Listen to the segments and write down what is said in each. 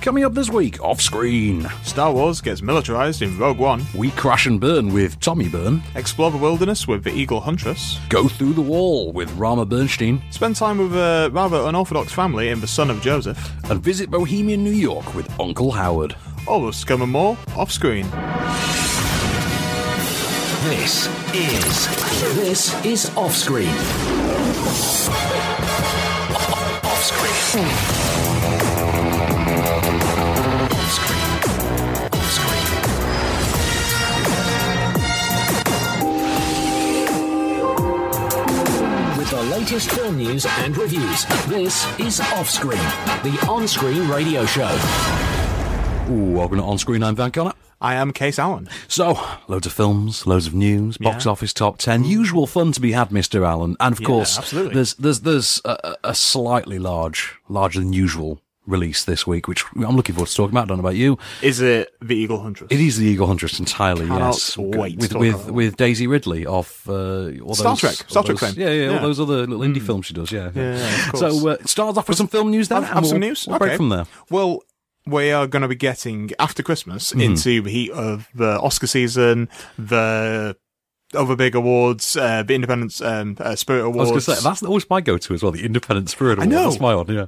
Coming up this week, off screen, Star Wars gets militarized in Rogue One. we crash and burn with Tommy Byrne, Explore the wilderness with the Eagle Huntress. go through the wall with Rama Bernstein, Spend time with a rather unorthodox family in The Son of Joseph. and visit Bohemian New York with Uncle Howard. All of Scum and More off screen. This is this is off screen. Off screen. Off screen. Off screen. With the latest film news and reviews, this is off screen, the on-screen radio show. Ooh, welcome to On Screen, I'm Van Connor. I am Case Allen. So, loads of films, loads of news, box Yeah. Mm. office top ten, usual fun to be had, Mister Allen, and of course, absolutely. there's there's there's a, a a slightly large, larger than usual release this week, which I'm looking forward to talking about. I don't know about you. Is it the Eagle Huntress? It is the Eagle Huntress entirely. Cannot yes, wait to with talk with, about that. with Daisy Ridley of uh, all Star those- Trek. all Star Trek those- fame. Yeah, yeah, all Yeah. Mm. those other little indie films she does. Yeah, Yeah, of course. So uh, starts off with some film news then. have, and have we'll- some news. We'll okay. break from there. Well, we are going to be getting after Christmas Mm-hmm. into the heat of the Oscar season, the other big awards, uh, the Independence um, uh, Spirit I was Awards. going to say that's always my go-to as well. The Independent Spirit Award. know. That's my one. Yeah,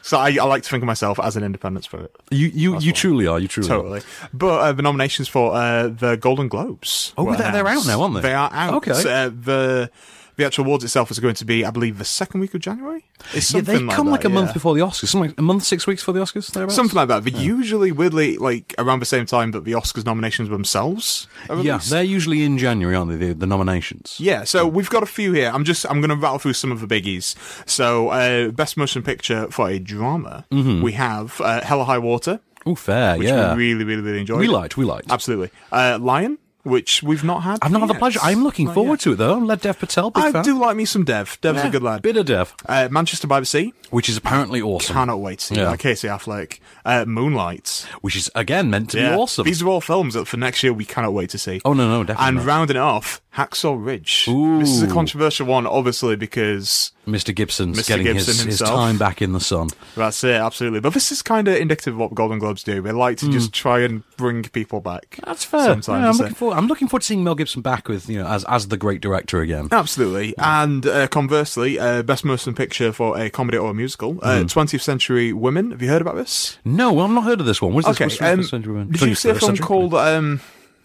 so I, I like to think of myself as an Independent Spirit, you you, you truly are. You truly are. totally. But uh, the nominations for uh, the Golden Globes. Oh, were they're- they're announced. out now, aren't they? They are out. Okay. Uh, the the actual awards itself is going to be, I believe, the second week of January. It's Yeah, something they come like, that, a month yeah. before the Oscars. Something like a month, six weeks before the Oscars. Thereabouts? Something like that. But usually, weirdly, like around the same time that the Oscars nominations themselves. Are yeah, released. they're usually in January, aren't they? The, the nominations. Yeah, so we've got a few here. I'm just I'm going to rattle through some of the biggies. So, uh, best motion picture for a drama, we have uh, Hella High Water, Oh, fair. which Mm-hmm. yeah, we really, really, really enjoyed. we liked. We liked. absolutely. Uh, Lion, which we've not had. I've not had the yet. pleasure. I'm looking Not forward yet. to it though. Let Dev Patel. Big I fan. do like me some Dev. Dev's a good lad. Bit of Dev, Uh, Manchester by the Sea, which is apparently awesome. cannot wait to see Yeah. that. Casey Affleck, uh, Moonlight, Which is again meant to Yeah. be awesome. These are all films that for next year we cannot wait to see. Oh, no, no, definitely And not. rounding it off, Hacksaw Ridge. This is a Ooh. controversial one, obviously, because Mr. Gibson's Mr. getting his, Gibson his himself. time back in the sun. that's it, absolutely. But this is kind of indicative of what Golden Globes do. They like to just try and bring people back. Hmm. That's fair. Sometimes, yeah, I'm so- looking forward. I'm looking forward to seeing Mel Gibson back with you know as as the great director again. Absolutely. And uh, conversely, uh, best motion picture for a comedy or a musical, uh, Hmm. 20th Century Women. Have you heard about this? No, I've not heard of this one. What's this? Okay. what's Um, this one? did you see a 21st film century? called? Um,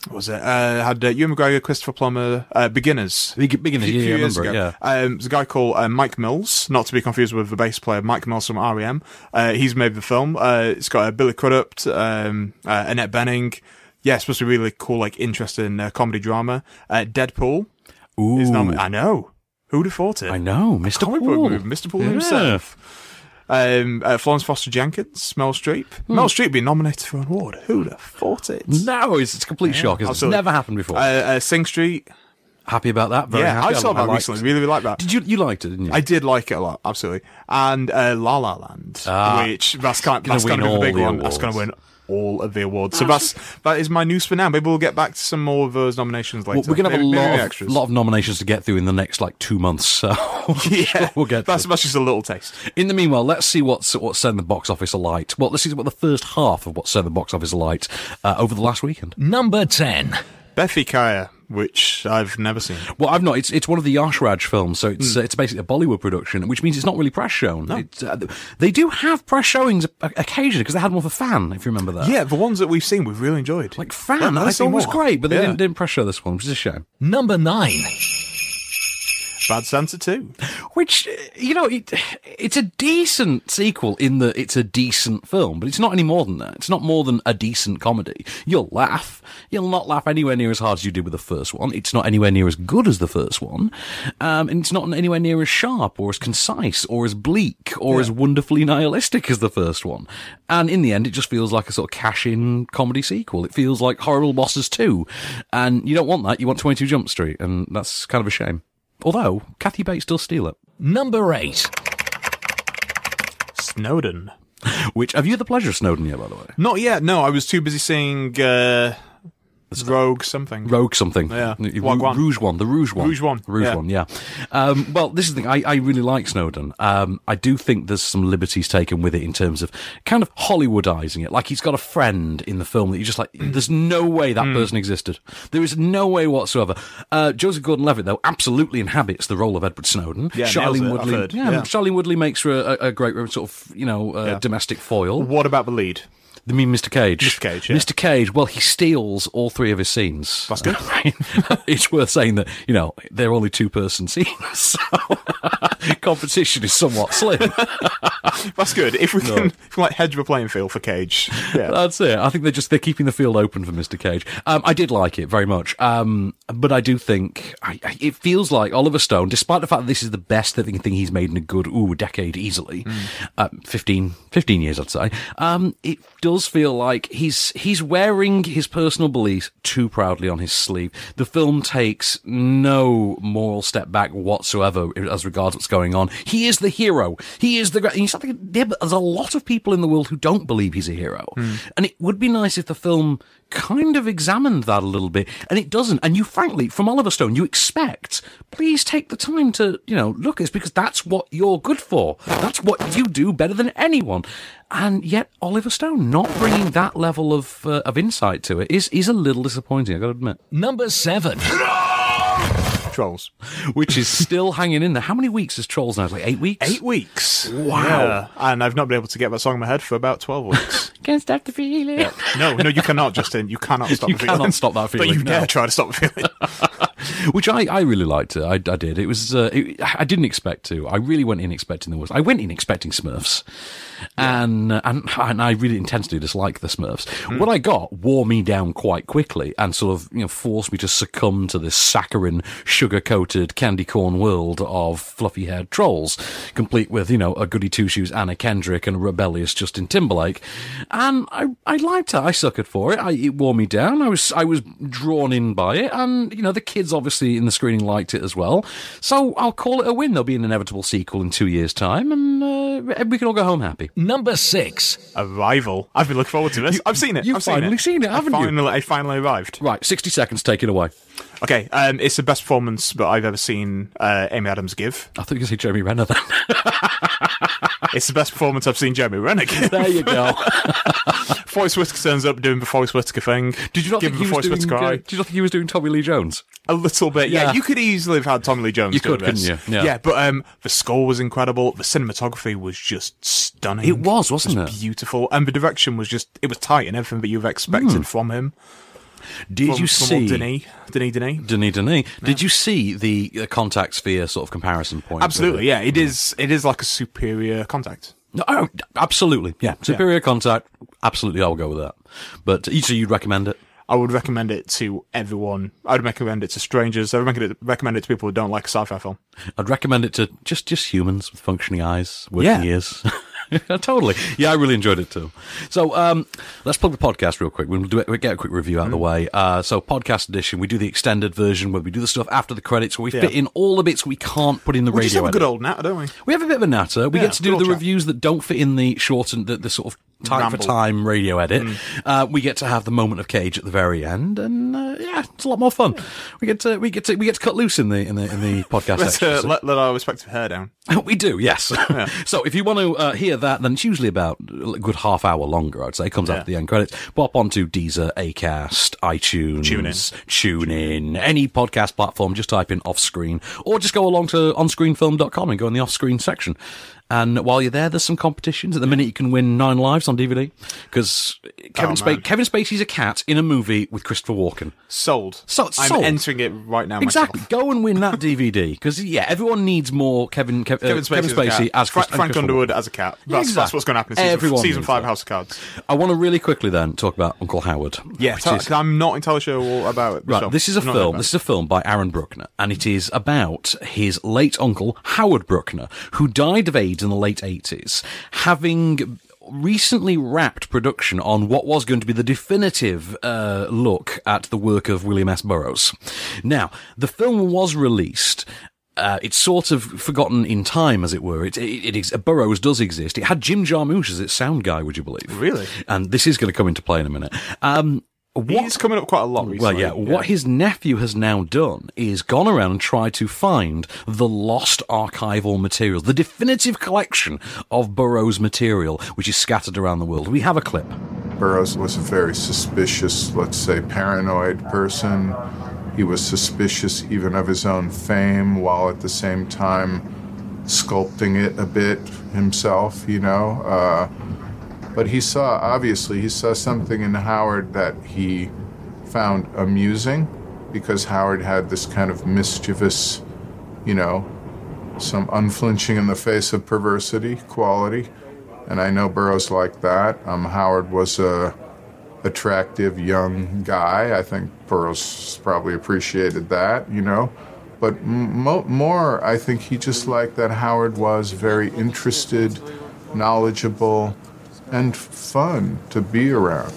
what was it? Uh, had uh, Ewan McGregor, Christopher Plummer, uh, Beginners. Beg- Beginners, Few- yeah, few yeah, I years remember it, ago. Um, there's a guy called uh, Mike Mills, not to be confused with the bass player Mike Mills from REM. Uh, he's made the film. Uh, it's got uh, Billy Crudup, um, uh, Annette Benning. Yeah, it's supposed to be really cool, like interesting uh, comedy drama. Uh, Deadpool Ooh, is nom- I know. Who'd have thought it? I know, Mr. Comic book Paul. movie, Mr. Paul Yeah. himself. Um, uh, Florence Foster Jenkins, Mel Streep. Mel Streep being nominated for an award. Who'd have thought it? No, it's, it's a complete shock. Isn't it? It's absolutely. never happened before. Uh, uh, Sing Street. happy about that. Very yeah, happy. I saw that liked- recently. Really, really like that. Did you you liked it? Didn't you? I did like it a lot, absolutely. And uh, La La Land, Ah. which that's kind Gonna that's going to win be the all big the one. That's going awards. to win all of the awards. So that's that is my news for now. Maybe we'll get back to some more of those nominations later. well, we're gonna have a Maybe- maybe lot of, extras. lot of nominations to get through in the next like two months. So I'm sure we'll get. to that's, them. that's just a little taste. In the meanwhile, let's see what's what's setting the box office alight. Well, let's see what the first half of what's setting the box office alight uh, over the last weekend. Mm. Number ten. Bethy Kaya, which I've never seen. Well, I've not. It's it's one of the Yash Raj films, so Mm. it's uh, it's basically a Bollywood production, which means it's not really press shown. It's, uh, they do have press showings o- occasionally because they had one for Fan, if you remember that. Yeah, the ones that we've seen, we've really enjoyed. Like Fan, I thought was great, but they didn't, didn't press show this one, which is a shame. Number nine. Bad Santa too. Which uh, you know, it, it's a decent sequel in that it's a decent film, but it's not any more than that. It's not more than a decent comedy. You'll laugh. You'll not laugh anywhere near as hard as you did with the first one. It's not anywhere near as good as the first one, um, and it's not anywhere near as sharp or as concise or as bleak or as wonderfully nihilistic as the first one. And in the end, it just feels like a sort of cash-in comedy sequel. It feels like Horrible Bosses Two, and you don't want that. You want Twenty Two Jump Street, and that's kind of a shame. Although Kathy Bates does steal it. Number eight. Snowden. Which have you had the pleasure of Snowden yet, by the way? Not yet. No, I was too busy seeing uh, Rogue something. Rogue something. Yeah. The Wag Ru- one. Rouge one. The Rouge one. Rouge one, Rouge yeah. one, yeah. Um, well, this is the thing. I, I really like Snowden. Um, I do think there's some liberties taken with it in terms of kind of Hollywoodizing it. Like he's got a friend in the film that you're just like, there's no way Hmm. that person existed. There is no way whatsoever. Uh, Joseph Gordon Levitt, though, absolutely inhabits the role of Edward Snowden. Yeah, nails it, Charlene I've Woodley. heard. Yeah, Yeah. Charlene Woodley makes her a, a great sort of, you know, uh, domestic foil. What about the lead? You mean Mr. Cage? Mr. Cage, yeah. Mr. Cage. Well, he steals all three of his scenes. That's good. it's worth saying that you know they're only two-person scenes, so competition is somewhat slim. That's good. If we can, if we can like hedge the playing field for Cage. Yeah. That's it. I think they're just they're keeping the field open for Mr. Cage. Um, I did like it very much, um, but I do think I, I, it feels like Oliver Stone, despite the fact that this is the best thing, thing he's made in a good ooh decade easily, um, 15, 15 years I'd say. Um, it does feel like he's he's wearing his personal beliefs too proudly on his sleeve. The film takes no moral step back whatsoever as regards what's going on. He is the hero. He is the. gra- And you start thinking, yeah, but there's a lot of people in the world who don't believe he's a hero, Hmm. and it would be nice if the film kind of examined that a little bit, and it doesn't. And you, frankly, from Oliver Stone, you expect, please take the time to you know look at this because that's what you're good for. That's what you do better than anyone. And yet, Oliver Stone not bringing that level of uh, of insight to it is is a little disappointing. I got to admit. Number seven. Trolls. which is still hanging in there. How many weeks is Trolls now? It's like eight weeks. Eight weeks. Wow. Yeah. And I've not been able to get that song in my head for about 12 weeks. Can't stop the feeling. no, no, you cannot, Justin. You cannot stop You the feeling. cannot stop that feeling, But you no. dare try to stop the feeling. Which I, I really liked. It. I, I did. It was. Uh, it, I didn't expect to. I really went in expecting the worst. I went in expecting Smurfs, and uh, and and I really intensely dislike the Smurfs. What I got wore me down quite quickly, and sort of you know forced me to succumb to this saccharine, sugar coated candy corn world of fluffy haired trolls, complete with you know a goody two shoes Anna Kendrick and a rebellious Justin Timberlake, and I I liked it. I suckered for it. I, it wore me down. I was I was drawn in by it, and you know the kids obviously in the screening liked it as well. So I'll call it a win. There'll be an inevitable sequel in two years' time, and uh, we can all go home happy. Number six. Arrival. I've been looking forward to this. I've seen it. you've I've seen finally it. seen it, I haven't you? finally, I finally arrived. Right, sixty seconds. Take it away. Okay, um, it's the best performance that I've ever seen uh, Amy Adams give. I thought you were going to say Jeremy Renner then. It's the best performance I've seen Jeremy Renner give. there you go. Forrest Whitaker turns up doing the Forrest Whitaker thing. Did you not give think he the was Forrest doing? Whitaker uh, eye? did you not think he was doing Tommy Lee Jones? A little bit, yeah. Yeah. You could easily have had Tommy Lee Jones. You doing could, couldn't this. you? Yeah. yeah, but um, the score was incredible. The cinematography was just stunning. It was, wasn't it? Beautiful, and the direction was just—it was tight and everything that you've expected from him. Hmm. Did From, you from see old Denis, Denis, Denis? Denis Denis. Did you see the uh, contact sphere sort of comparison point? with Absolutely, it? yeah. It is. It is like a superior contact. No, oh, absolutely. Yeah. Superior contact. Absolutely. I will go with that. But uh, so you'd recommend it? I would recommend it to everyone. I would recommend it to strangers. I would recommend it, recommend it to people who don't like sci-fi film. I'd recommend it to just, just humans with functioning eyes, working Yeah. ears. totally. Yeah, I really enjoyed it too. So, um, let's plug the podcast real quick. We'll do it, we'll get a quick review out of the Mm-hmm. way. Uh, so podcast edition, we do the extended version where we do the stuff after the credits where we fit in all the bits we can't put in the We radio. just have a edit. good old nat, don't we? We have a bit of a natter. We Yeah, get to do good the old chat. reviews that don't fit in the shortened, the, the sort of time for Ramble. Mm. time radio edit. Uh, we get to have the moment of cage at the very end, and uh, yeah, it's a lot more fun. We get to we get to we get to cut loose in the in the in the podcast. Let's section, uh, so- let, let our respective hair down. we do, yes. so if you want to uh, hear that, then it's usually about a good half hour longer, I'd say. It comes after the end credits. Pop onto Deezer, Acast, iTunes, TuneIn. TuneIn, any podcast platform. Just type in off screen or just go along to onscreenfilm.com and go in the off screen section. And while you're there, there's some competitions. At the minute, you can win Nine Lives on DVD because Kevin, Oh, Spa- man. Kevin Spacey's a cat in a movie with Christopher Walken. Sold. So- it's I'm sold. entering it right now. Exactly. Myself. Go and win that DVD because yeah, everyone needs more Kevin Kev- Kevin uh, Spacey, Kevin Spacey as as Fra- Chris- and Frank Christopher Underwood as a cat. That's, that's exactly. what's going to happen in season, Everyone season needs five that. House of Cards. I want to really quickly then talk about Uncle Howard. Yeah, which tell- is- 'cause I'm not entirely sure all about it. Right, myself. this is a Not film. about This it. is a film by Aaron Bruckner, and it is about his late uncle Howard Bruckner, who died of AIDS in the late eighties, having recently wrapped production on what was going to be the definitive uh, look at the work of William S. Burroughs. Now, the film was released. Uh, it's sort of forgotten in time, as it were. It, it, it ex- Burroughs does exist. It had Jim Jarmusch as its sound guy, would you believe? Really? and this is going to come into play in a minute. Um, What He's coming up quite a lot Well, recently. yeah. What his nephew has now done is gone around and tried to find the lost archival material, the definitive collection of Burroughs material, which is scattered around the world. We have a clip. Burroughs was a very suspicious, let's say, paranoid person. He was suspicious even of his own fame while at the same time sculpting it a bit himself, you know. Uh, but he saw, obviously, he saw something in Howard that he found amusing because Howard had this kind of mischievous, you know, some unflinching in the face of perversity quality. And I know Burroughs liked that. Um, Howard was a attractive young guy. I think Burroughs probably appreciated that, you know. But m- mo- more, I think he just liked that Howard was very interested, knowledgeable, and fun to be around.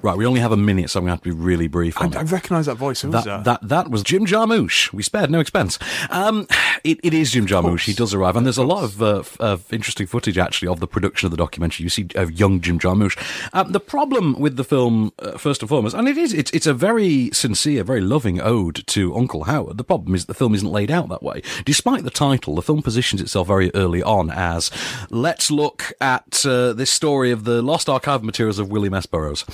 Right, we only have a minute, so I'm going to have to be really brief on I, I it. recognise that voice. Who was uh, that, that? that that was Jim Jarmusch. We spared no expense. Um, it, it is Jim Jarmusch. He does arrive, and there's a lot of, uh, f- of interesting footage actually of the production of the documentary. You see of young Jim Jarmusch. Um, the problem with the film, uh, first and foremost, and it is it's it's a very sincere, very loving ode to Uncle Howard. The problem is that the film isn't laid out that way. Despite the title, the film positions itself very early on as let's look at uh, this story of the lost archive materials of William S. Burroughs.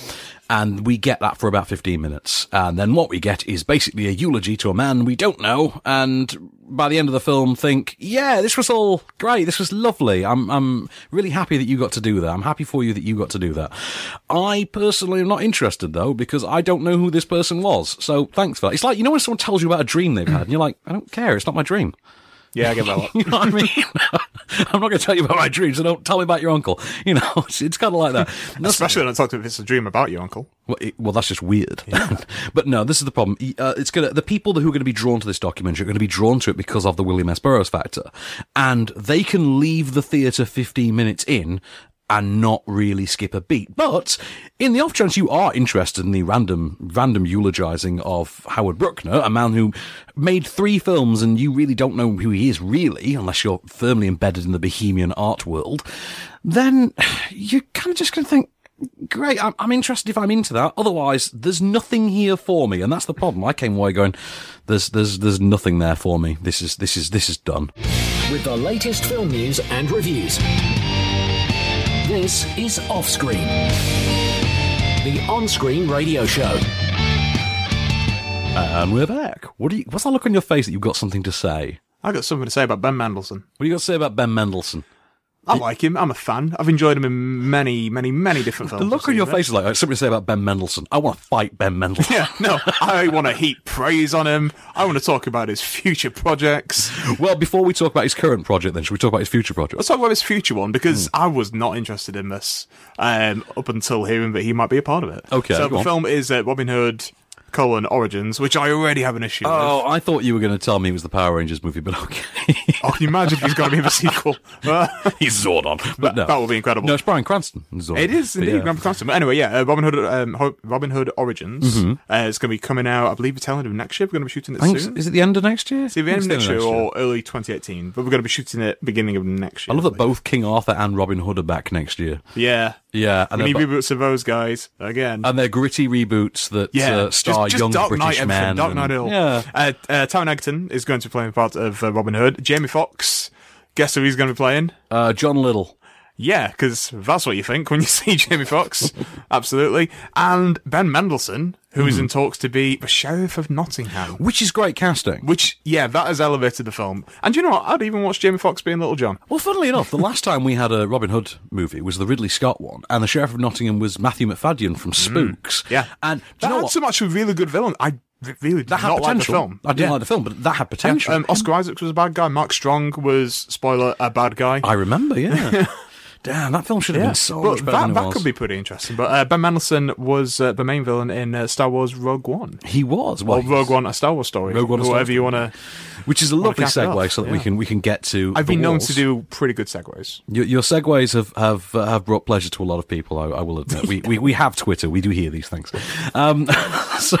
And we get that for about 15 minutes. And then what we get is basically a eulogy to a man we don't know. And by the end of the film, think, yeah, this was all great. This was lovely. I'm, I'm really happy that you got to do that. I'm happy for you that you got to do that. I personally am not interested though, because I don't know who this person was. So thanks for that. It's like, you know, when someone tells you about a dream they've had and you're like, I don't care. It's not my dream. yeah, I get that. a lot. You know what I mean? I'm not going to tell you about my dreams, so don't tell me about your uncle. You know, it's, it's kind of like that. That's- Especially when I talk to if it's a dream about you, Uncle. well, it, well, that's just weird. but no, this is the problem. E- Uh, it's gonna the people who are going to be drawn to this documentary are going to be drawn to it because of the William S. Burroughs factor, and they can leave the theatre fifteen minutes in and not really skip a beat. But in the off chance you are interested in the random random eulogising of Howard Bruckner, a man who made three films and you really don't know who he is really, unless you're firmly embedded in the bohemian art world, then you're kind of just going to think great. I'm, I'm interested if I'm into that. Otherwise, there's nothing here for me, and that's the problem. I came away going, there's there's there's nothing there for me. This is this is this is done. with the latest film news and reviews. This is Offscreen, the on-screen radio show. And we're back. What do you? What's that look on your face that you've got something to say? I got something to say about Ben Mendelsohn. What do you got to say about Ben Mendelsohn? I like him. I'm a fan. I've enjoyed him in many, many, many different films. The look I've on your seen him in. face is like, "I have something to say about Ben Mendelsohn. I want to fight Ben Mendelsohn. Yeah, no, I want to heap praise on him. I want to talk about his future projects. well, before we talk about his current project, then should we talk about his future project? Let's talk about his future one because Hmm. I was not interested in this um, up until hearing that he might be a part of it. Okay, so go the on. film is uh, Robin Hood colon Origins, which I already have an issue with. Oh, I thought you were going to tell me it was the Power Rangers movie, but okay. Oh, can you imagine if he's going to be in a sequel? He's Zordon. But That- no. that would be incredible. No, it's Brian Cranston. Zordon. It is But indeed yeah. Grand Crossing. But anyway, yeah, uh, Robin Hood, um, Ho- Robin Hood Origins uh, is going to be coming out. I believe we're telling him next year. We're going to be shooting it I think Mm-hmm. it's- soon. is it the end of next year? It's either end It's of the next year of or early 2018, but we're going to be shooting it beginning of next year. I love that believe. both King Arthur and Robin Hood are back next year. Yeah, Yeah, and We they're, need bo- reboots of those guys again. and they're gritty reboots that yeah, uh, star just, just young Dark British Knight everything, men. Dark and- Knight Hill. Yeah, Uh, uh, Taron Egerton is going to be playing the part of uh, Robin Hood. Jamie Fox, guess who he's going to be playing? uh, John Little. Yeah, because that's what you think when you see Jamie Fox. Absolutely. And Ben Mendelsohn, who Hmm. is in talks to be the Sheriff of Nottingham. Which is great casting. Which, yeah, that has elevated the film. And do you know what? I'd even watch Jamie Fox being Little John. Well, funnily enough, the last time we had a Robin Hood movie was the Ridley Scott one, and the Sheriff of Nottingham was Matthew McFadden from Spooks. Mm, Yeah. and do you That know had what? some actually really good villains. I r- really did that had not like the potential. film. I didn't Yeah. like the film, but that had Yeah, potential. Um, Oscar Isaacs was a bad guy. Mark Strong was, spoiler, a bad guy. I remember, yeah. Damn, that film should have Yeah. been so But much better that, than it that was. could be pretty interesting. But uh, Ben Mendelsohn was uh, the main villain in uh, Star Wars Rogue One. He was. Well, Or Rogue One, a Star Wars story. Oh, Rogue One, A Star whatever Wars you want to. which is a lovely cap it segue, off, so that we yeah. can we can get to. I've the been known walls. to do pretty good segues. Your, your segues have have uh, have brought pleasure to a lot of people. I, I will admit. We, we we have Twitter. We do hear these things. Um, so,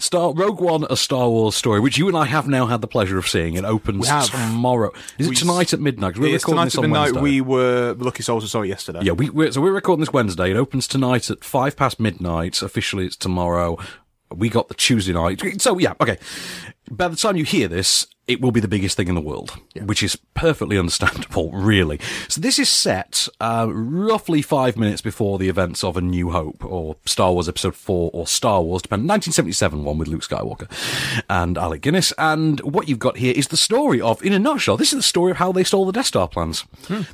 Star Rogue One, a Star Wars story, which you and I have now had the pleasure of seeing. It opens have. tomorrow. Is it We- tomorrow at midnight? 'Cause We're It's recording tonight this at on midnight. Wednesday. We were the Lucky also saw it yesterday. Yeah, we we're, so we're recording this Wednesday. It opens tonight at five past midnight. Officially, it's tomorrow. We got the Tuesday night. So yeah, okay. By the time you hear this, it will be the biggest thing in the world, which is perfectly understandable, really. So this is set uh, roughly five minutes before the events of A New Hope or Star Wars Episode Four or Star Wars, depending 1977 one with Luke Skywalker and Alec Guinness. And what you've got here is the story of, in a nutshell, this is the story of how they stole the Death Star plans.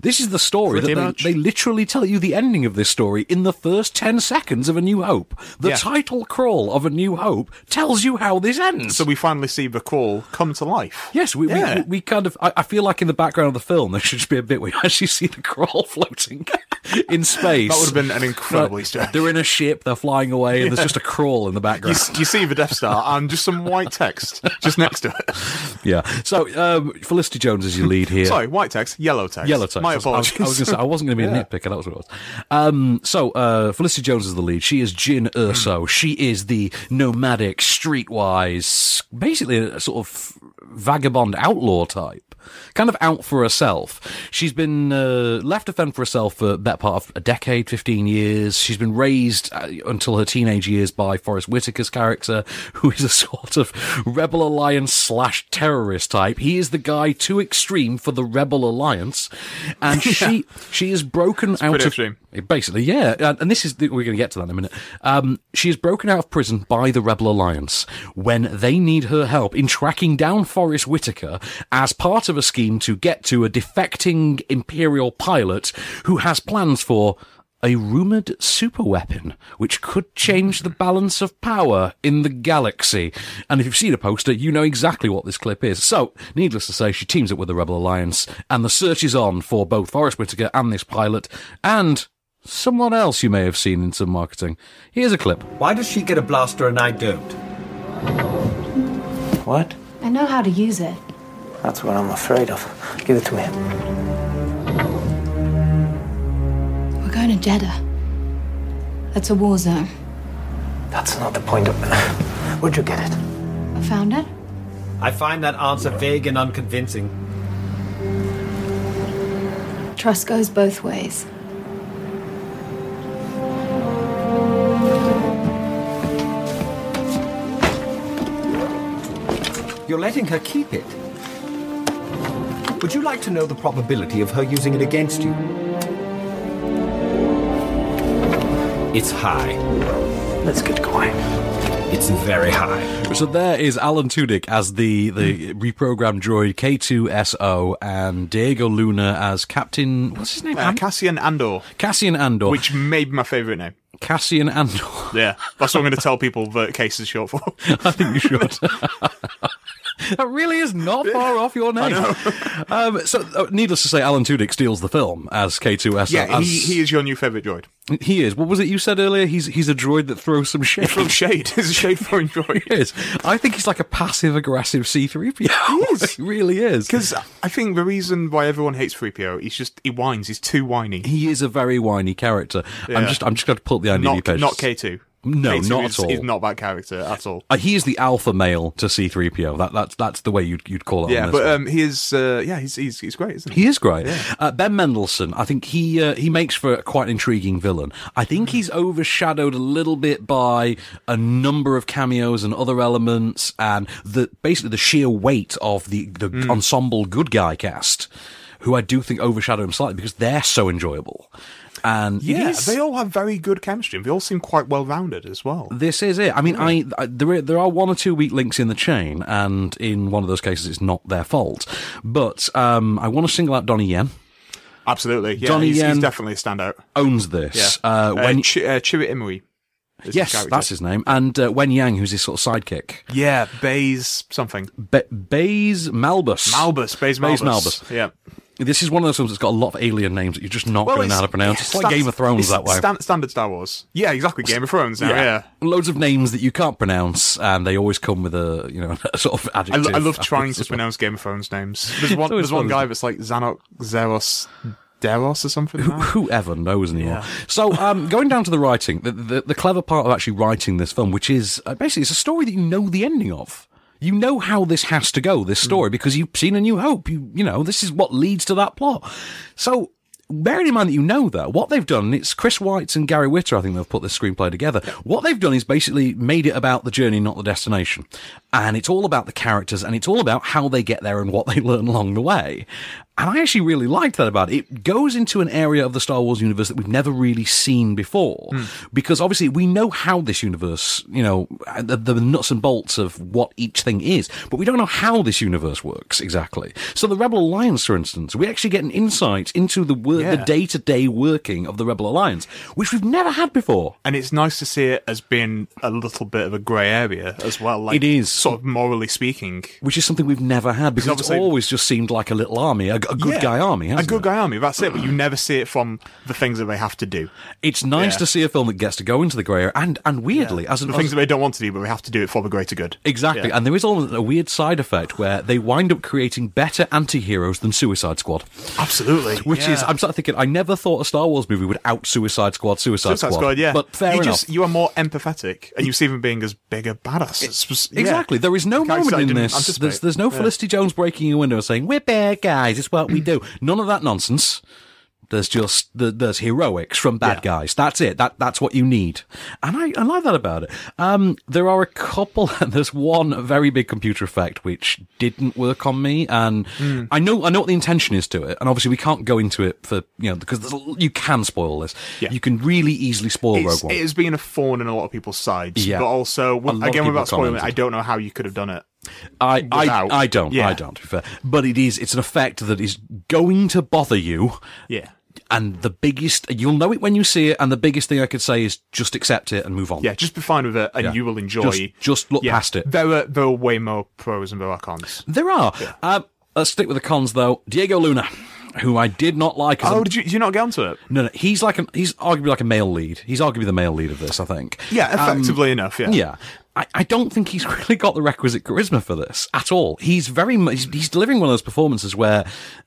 This is the story Hmm. Pretty that much. they, they literally tell you the ending of this story in the first 10 seconds of A New Hope. The Yeah. title crawl of A New Hope tells you how this ends. So we finally see the call come to life. Yes, we, Yeah. we, we kind of. I, I feel like in the background of the film, there should just be a bit where you actually see the crawl floating in space. That would have been an Like, incredible Easter egg. They're in a ship, they're flying away, and there's just a crawl in the You, background. s- you see the Death Star and just some white text just next to it. yeah. So, um, Felicity Jones is your lead here. Sorry, white text, yellow text. Yellow text. My I was- I was- apologies. I was, gonna say, I wasn't going to be a nitpicker. That was what it was. Um, so uh, Felicity Jones is the lead. She is Jin Mm. Urso. she is the nomadic, streetwise, basically a sort of vagabond outlaw type, kind of out for herself. She's been uh, left to fend for herself for that part of a decade, fifteen years. She's been raised uh, until her teenage years by Forrest Whitaker's character, who is a sort of rebel alliance slash terrorist type. He is the guy too extreme for the rebel alliance, and she she is broken out pretty of extreme. basically yeah. And, and this is the, we're going to get to that in a minute. Um, she is broken out of prison by the rebel alliance when they need her help in tracking down Forrest Whitaker as part of a scheme to get to a defecting imperial pilot who has plans for. A rumored superweapon which could change the balance of power in the galaxy. And if you've seen a poster, you know exactly what this clip is. So, needless to say, she teams up with the Rebel Alliance, and the search is on for both Forrest Whitaker and this pilot, and someone else you may have seen in some marketing. Here's a clip. Why does she get a blaster and I don't? What? I know how to use it. That's what I'm afraid of. Give it to him. We're going to Jeddah. That's a war zone. That's not the point of. Where'd you get it? I found it. I find that answer vague and unconvincing. Trust goes both ways. You're letting her keep it. Would you like to know the probability of her using it against you? It's high. Let's get going. It's very high. So there is Alan Tudyk as the, the reprogrammed droid K2SO and Diego Luna as Captain, what's his name? Uh, Cassian Andor, Cassian Andor. which may be my favourite name. Cassian Andor. Yeah, that's what I'm going to tell people that Case is short for. I think you should. That really is not far off your name. Um, so, uh, needless to say, Alan Tudyk steals the film as K2SO. yeah, as- he, he is your new favourite droid. He is. What was it you said earlier? He's he's a droid that throws some shit. From Shade, is a Shade throwing droid. He is. I think he's like a passive aggressive C3PO. He is. he really is. Because I think the reason why everyone hates 3PO, he's just, he whines, he's too whiny. he is a very whiny character. I'm Yeah. just I'm just going to pull up the IMDb Not, page. not K2. No, K2 not is, at all. Is not that character at all. Uh, he is the alpha male to C3PO. That that's that's the way you'd you'd call it. on Yeah, this but one. um, he is, uh, yeah, he's, he's, he's great, isn't he? He is great. Uh, ben Mendelsohn, I think he uh, he makes for quite an intriguing villain. I Hmm. think he's overshadowed a little bit by a number of cameos and other elements, and the basically the sheer weight of the the Hmm. ensemble good guy cast, who I do think overshadow him slightly because they're so enjoyable. And it Yeah, is- they all have very good chemistry. and They all seem quite well rounded as well. this is it. I mean, I, I there are- there are one or two weak links in the chain, and in one of those cases, it's not their fault. But um, I want to single out Donnie Yen. Absolutely. Yeah, Donnie he's, he's Yen- definitely a standout. Owns this. um, Uh, when Ch- uh, Chirrut Imui. is his Yes, character. that's his name. And uh, Wen Yang, who's his sort of sidekick. Yeah, Baze something. Ba Baze Malbus. Malbus, Baze Malbus. Baze Malbus. Yeah. This is one of those films that's got a lot of alien names that you're just not going to know how to pronounce. it's like stan- Game of Thrones it's that way. stan- standard Star Wars. Yeah, exactly. Game of Thrones. Now, yeah. Loads of names that you can't pronounce, and they always come with a you know a sort of I, adjective. lo- I love trying afterwards to as well. pronounce Game of Thrones names. There's one, always there's one fun, guy isn't that's like Xanok, Zeros, Deros or something. now. whoever knows anymore. So, um, going down to the writing, the, the, the clever part of actually writing this film, which is uh, basically it's a story that you know the ending of. You know how this has to go, this story, because you've seen A New Hope. You, you know, this is what leads to that plot. So, bearing in mind that you know that what they've done, and it's Chris White and Gary Witter, I think they've put this screenplay together. What they've done is basically made it about the journey, not the destination, and it's all about the characters, and it's all about how they get there and what they learn along the way. And I actually really liked that about it. It goes into an area of the Star Wars universe that we've never really seen before, because obviously we know how this universe, you know, the, the nuts and bolts of what each thing is, but we don't know how this universe works exactly. So the Rebel Alliance, for instance, we actually get an insight into the wor- the Yeah. day to day working of the Rebel Alliance, which we've never had before. and it's nice to see it as being a little bit of a grey area as well. Like It is. sort of morally speaking. Which is something we've never had because it's obviously- always just seemed like a little army, a, a good Yeah. guy army. a hasn't good it? guy army. That's it. But you never see it from the things that they have to do. It's nice Yeah. to see a film that gets to go into the grey area, and and weirdly, as an The things that they don't want to do, but they have to do it for the greater good. Exactly, Yeah. and there is almost a weird side effect where they wind up creating better anti-heroes than Suicide Squad, Absolutely. which is I'm sort of thinking I never thought a Star Wars movie would out Suicide Squad, Suicide, Suicide Squad, yeah. but fair you enough. Just, you are more empathetic, and you see them being as big a badass. It's just- yeah. Exactly. There is no Like I moment said, I in didn't this. anticipate. There's, there's no Yeah. Hmm. Felicity Jones breaking a window and saying, "We're bad guys. It's what we do." None of that nonsense. There's just the, there's heroics from bad Yeah. guys. That's it. That that's what you need. And I, I like that about it. Um, there are a couple. There's one very big computer effect which didn't work on me, and Hmm. I know I know what the intention is to it. And obviously we can't go into it for you know because there's, a- you can spoil this. Yeah. You can really easily spoil It's, Rogue One. it has been a thorn in a lot of people's sides. Yeah. But also, lot of again, people without spoiling it, commented. I don't know how you could have done it. I, I, without- I don't. Yeah. I don't. To be fair, but it is. It's an effect that is going to bother you. Yeah. And the biggest, you'll know it when you see it. And the biggest thing I could say is just accept it and move on. Yeah, just be fine with it, and Yeah. you will enjoy. Just- just look Yeah. past it. There are there are way more pros and there are cons. there are. Uh, let's stick with the cons though. Diego Luna, who I did not like. as a- Oh, did you, did you not get onto it? no, no, he's like an, he's arguably like a male lead. He's arguably the male lead of this, I think. Yeah, effectively enough. Um, Yeah. Yeah. I, I don't think he's really got the requisite charisma for this at all. He's very much, he's, he's delivering one of those performances where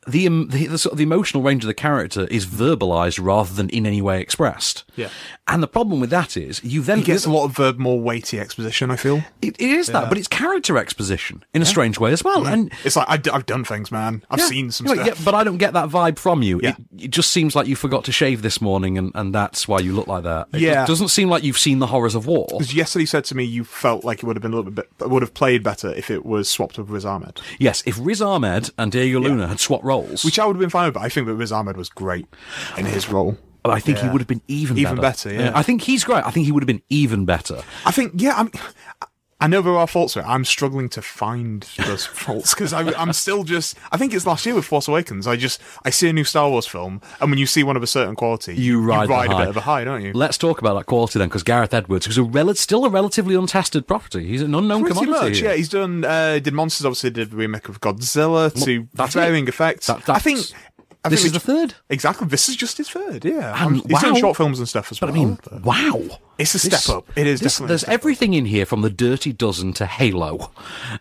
the, em- the, the sort of the emotional range of the character is verbalized rather than in any way expressed. Yeah. And the problem with that is you then He gets a lot of uh, more weighty exposition. I feel it, it is that, but it's character exposition in a strange way as well. And it's like I've, d- I've done things, man. I've yeah. seen some You're stuff. like, yeah, but I don't get that vibe from you. Yeah. It, it just seems like you forgot to shave this morning, and, and that's why you look like that. It Yeah. just doesn't seem like you've seen the horrors of war. Because yesterday you said to me you felt like it would have been a little bit would have played better if it was swapped with Riz Ahmed, Yes, if Riz Ahmed and Diego Luna had swapped roles, which I would have been fine with. But I think that Riz Ahmed was great in his role. But I think he would have been even Even better. better, yeah. I think he's great. I think he would have been even better. I think yeah, I'm. I know there are faults with it. I'm struggling to find those faults because I'm still just. I think it's last year with Force Awakens. I just I see a new Star Wars film, and when you see one of a certain quality, You ride, the a high. bit of a high, don't you? Let's talk about that quality then, because Gareth Edwards, who's a rel- still a relatively untested property, he's an unknown Pretty commodity. much, here. yeah. He's done uh, did monsters. Obviously, did the remake of Godzilla to that's varying it. effects. That- I that's- think I this think we is the third. Exactly. This is just his third, yeah. And Um, He's done wow. short films and stuff as But I well. mean, but- wow. It's a This- step up. It is this- definitely a There's step up. everything in here from the Dirty Dozen to Halo. yeah,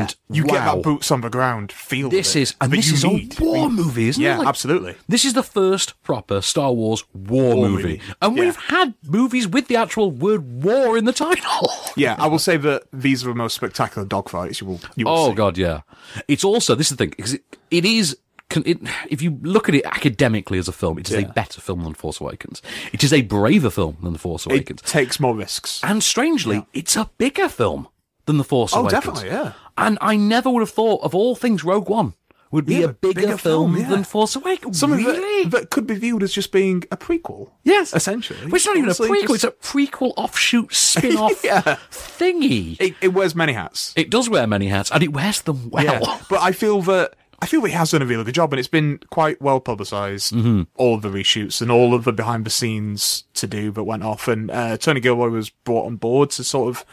And you get wow. that boots on the ground feel. of This it is and that this you is need. a war movie, isn't it? Yeah, Like, absolutely. This is the first proper Star Wars war, War movie. movie. and Yeah. we've had movies with the actual word "war" in the title. Yeah, I will say that these are the most spectacular dogfights you will. You will Oh see. god, yeah. It's also this is the thing because it, it is. con- It, if you look at it academically as a film, it is a better film than Force Awakens. It is a braver film than The Force it Awakens, takes more risks. and strangely, it's a bigger film than The Force Oh, Awakens. definitely, yeah. And I never would have thought of all things Rogue One would be Yeah, a bigger, film, yeah. than Force Awakens. Something that- really? that, could be viewed as just being a prequel. yes, essentially. Well, it's not even Honestly, a prequel; it's just- a prequel offshoot spin-off Yeah. thingy. It, It, it wears many hats. does wear many hats, and it wears them well. Yeah, but I feel that I feel he has done a really good job, and it's been quite well publicised. Mm-hmm. All of the reshoots and all of the behind the scenes to do that went off, and uh, Tony Gilroy was brought on board to sort of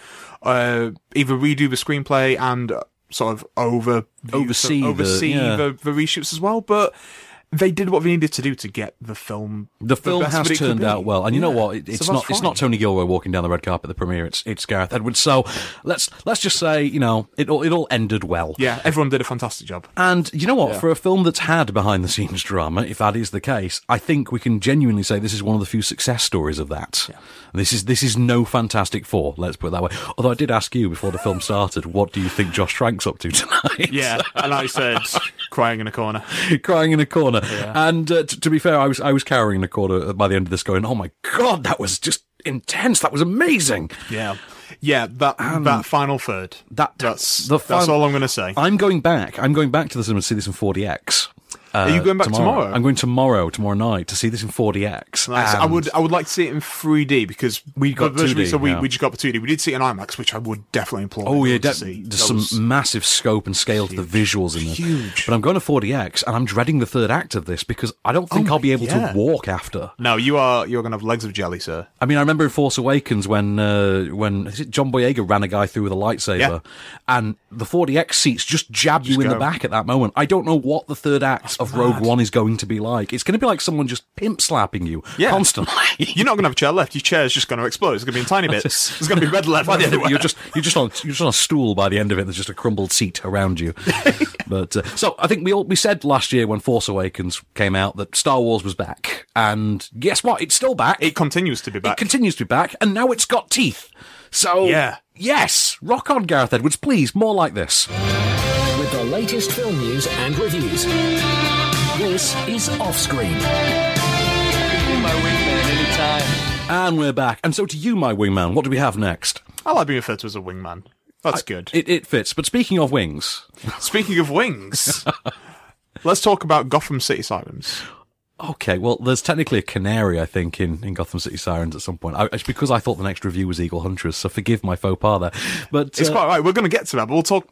uh, either redo the screenplay and uh, sort of over Oversee the- oversee yeah. the, the reshoots as well, but. They did what they needed to do to get the film. The film best has that it could turned be. out well, and you know Yeah. what? It, So it's that's not it's fine. not Tony Gilroy walking down the red carpet at the premiere. It's it's Gareth Edwards. So let's let's just say you know it all it all ended well. Yeah, everyone did a fantastic job. And you know what? For a film that's had behind the scenes drama, if that is the case, I think we can genuinely say this is one of the few success stories of that. This is this is no Fantastic Four. Let's put it that way. Although I did ask you before the film started, what do you think Josh Trank's up to tonight? Yeah, and I said, crying in a corner. crying in a corner. corner. And uh, t- to be fair, I was I was cowering in a corner by the end of this, going, "Oh my god, that was just intense! That was amazing!" Yeah, yeah. That that final third. Um, That that's the that's final- all I'm going to say. I'm going back. I'm going back to the cinema to see this in 40x. Uh, Are you going back tomorrow? I'm going tomorrow, tomorrow night, to see this in 40x. Nice. I And- would I would like to see it in 3D because We got the first 2D, week- so we, yeah. we just got the 2D. We did see it in IMAX, which I would definitely implore. Oh everyone yeah, to de- see. there's That some was- massive scope and scale to the visuals in this. Huge. But I'm going to 40x, and I'm dreading the third act of this because I don't think Oh I'll my- be able yeah. to walk after. No, you are you're going to have legs of jelly, sir. I mean, I remember in Force Awakens when uh, when is it John Boyega ran a guy through with a lightsaber, Yeah. and the 40x seats just jab you in go. the back at that moment. I don't know what the third act of Rogue One is going to be like. It's going to be like someone just pimp slapping you Yeah. constantly. You're not going to have a chair left. Your chair's just going to explode. It's going to be in tiny bits. There's going to be red left. by the end of it, everywhere. you're just you're just on you're just on a stool by the end of it. There's just a crumbled seat around you. but uh, so I think we all we said last year when Force Awakens came out that Star Wars was back, and guess what? It's still back. It continues to be It back. continues to be back, and now it's got teeth. So Yeah. yes, rock on, Gareth Edwards. Please, more like this. With the latest film news and reviews. This is Offscreen. And we're back. And so to you, my wingman. What do we have next? I like being referred to as a wingman. That's good. It, it fits. But speaking of wings, Speaking of wings, let's talk about Gotham City Sirens. Okay, well, there's technically a canary, I think, in, in Gotham City Sirens at some point. I, it's because I thought the next review was Eagle Hunters, so forgive my faux pas there. But It's uh, quite right. We're going to get to that, but we'll talk.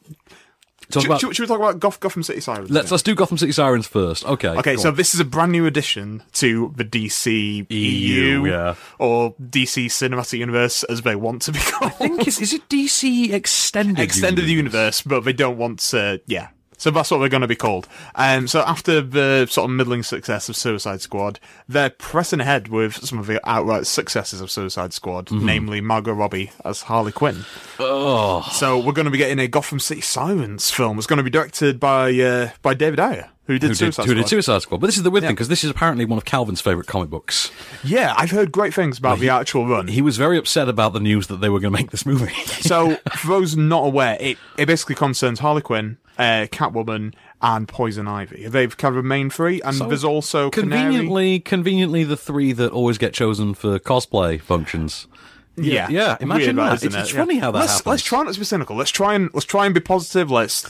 talk should, about- should- should we talk about Goth- Gotham City Sirens? let's let's do Gotham City Sirens first. Okay. Okay, go so on. this is a brand new addition to the DC EU, EU, yeah. or DC Cinematic Universe, as they want to be called. I think is is it DC extended extended universe, but they don't want to. Yeah, so that's what they're going to be called. Um, so after the sort of middling success of Suicide Squad, they're pressing ahead with some of the outright successes of Suicide Squad, namely Margot Robbie as Harley Quinn. Oh, so we're going to be getting a Gotham City Sirens film. It's going to be directed by uh, by David Ayer, who did Who did, Suicide who did Squad. Suicide Squad? But this is the weird thing because this is apparently one of Calvin's favorite comic books. yeah, I've heard great things about the actual run. He was very upset about the news that they were going to make this movie. So, for those not aware, it, it basically concerns Harlequin, uh, Catwoman, and Poison Ivy. They've kind of remained free, and there's also Canary. conveniently, conveniently, the three that always get chosen for cosplay functions. Yeah, yeah, imagine Weird, right, that. isn't It's- it? it's funny how that let's, happens. Let's try not to be cynical. Let's try and let's try and be positive. Let's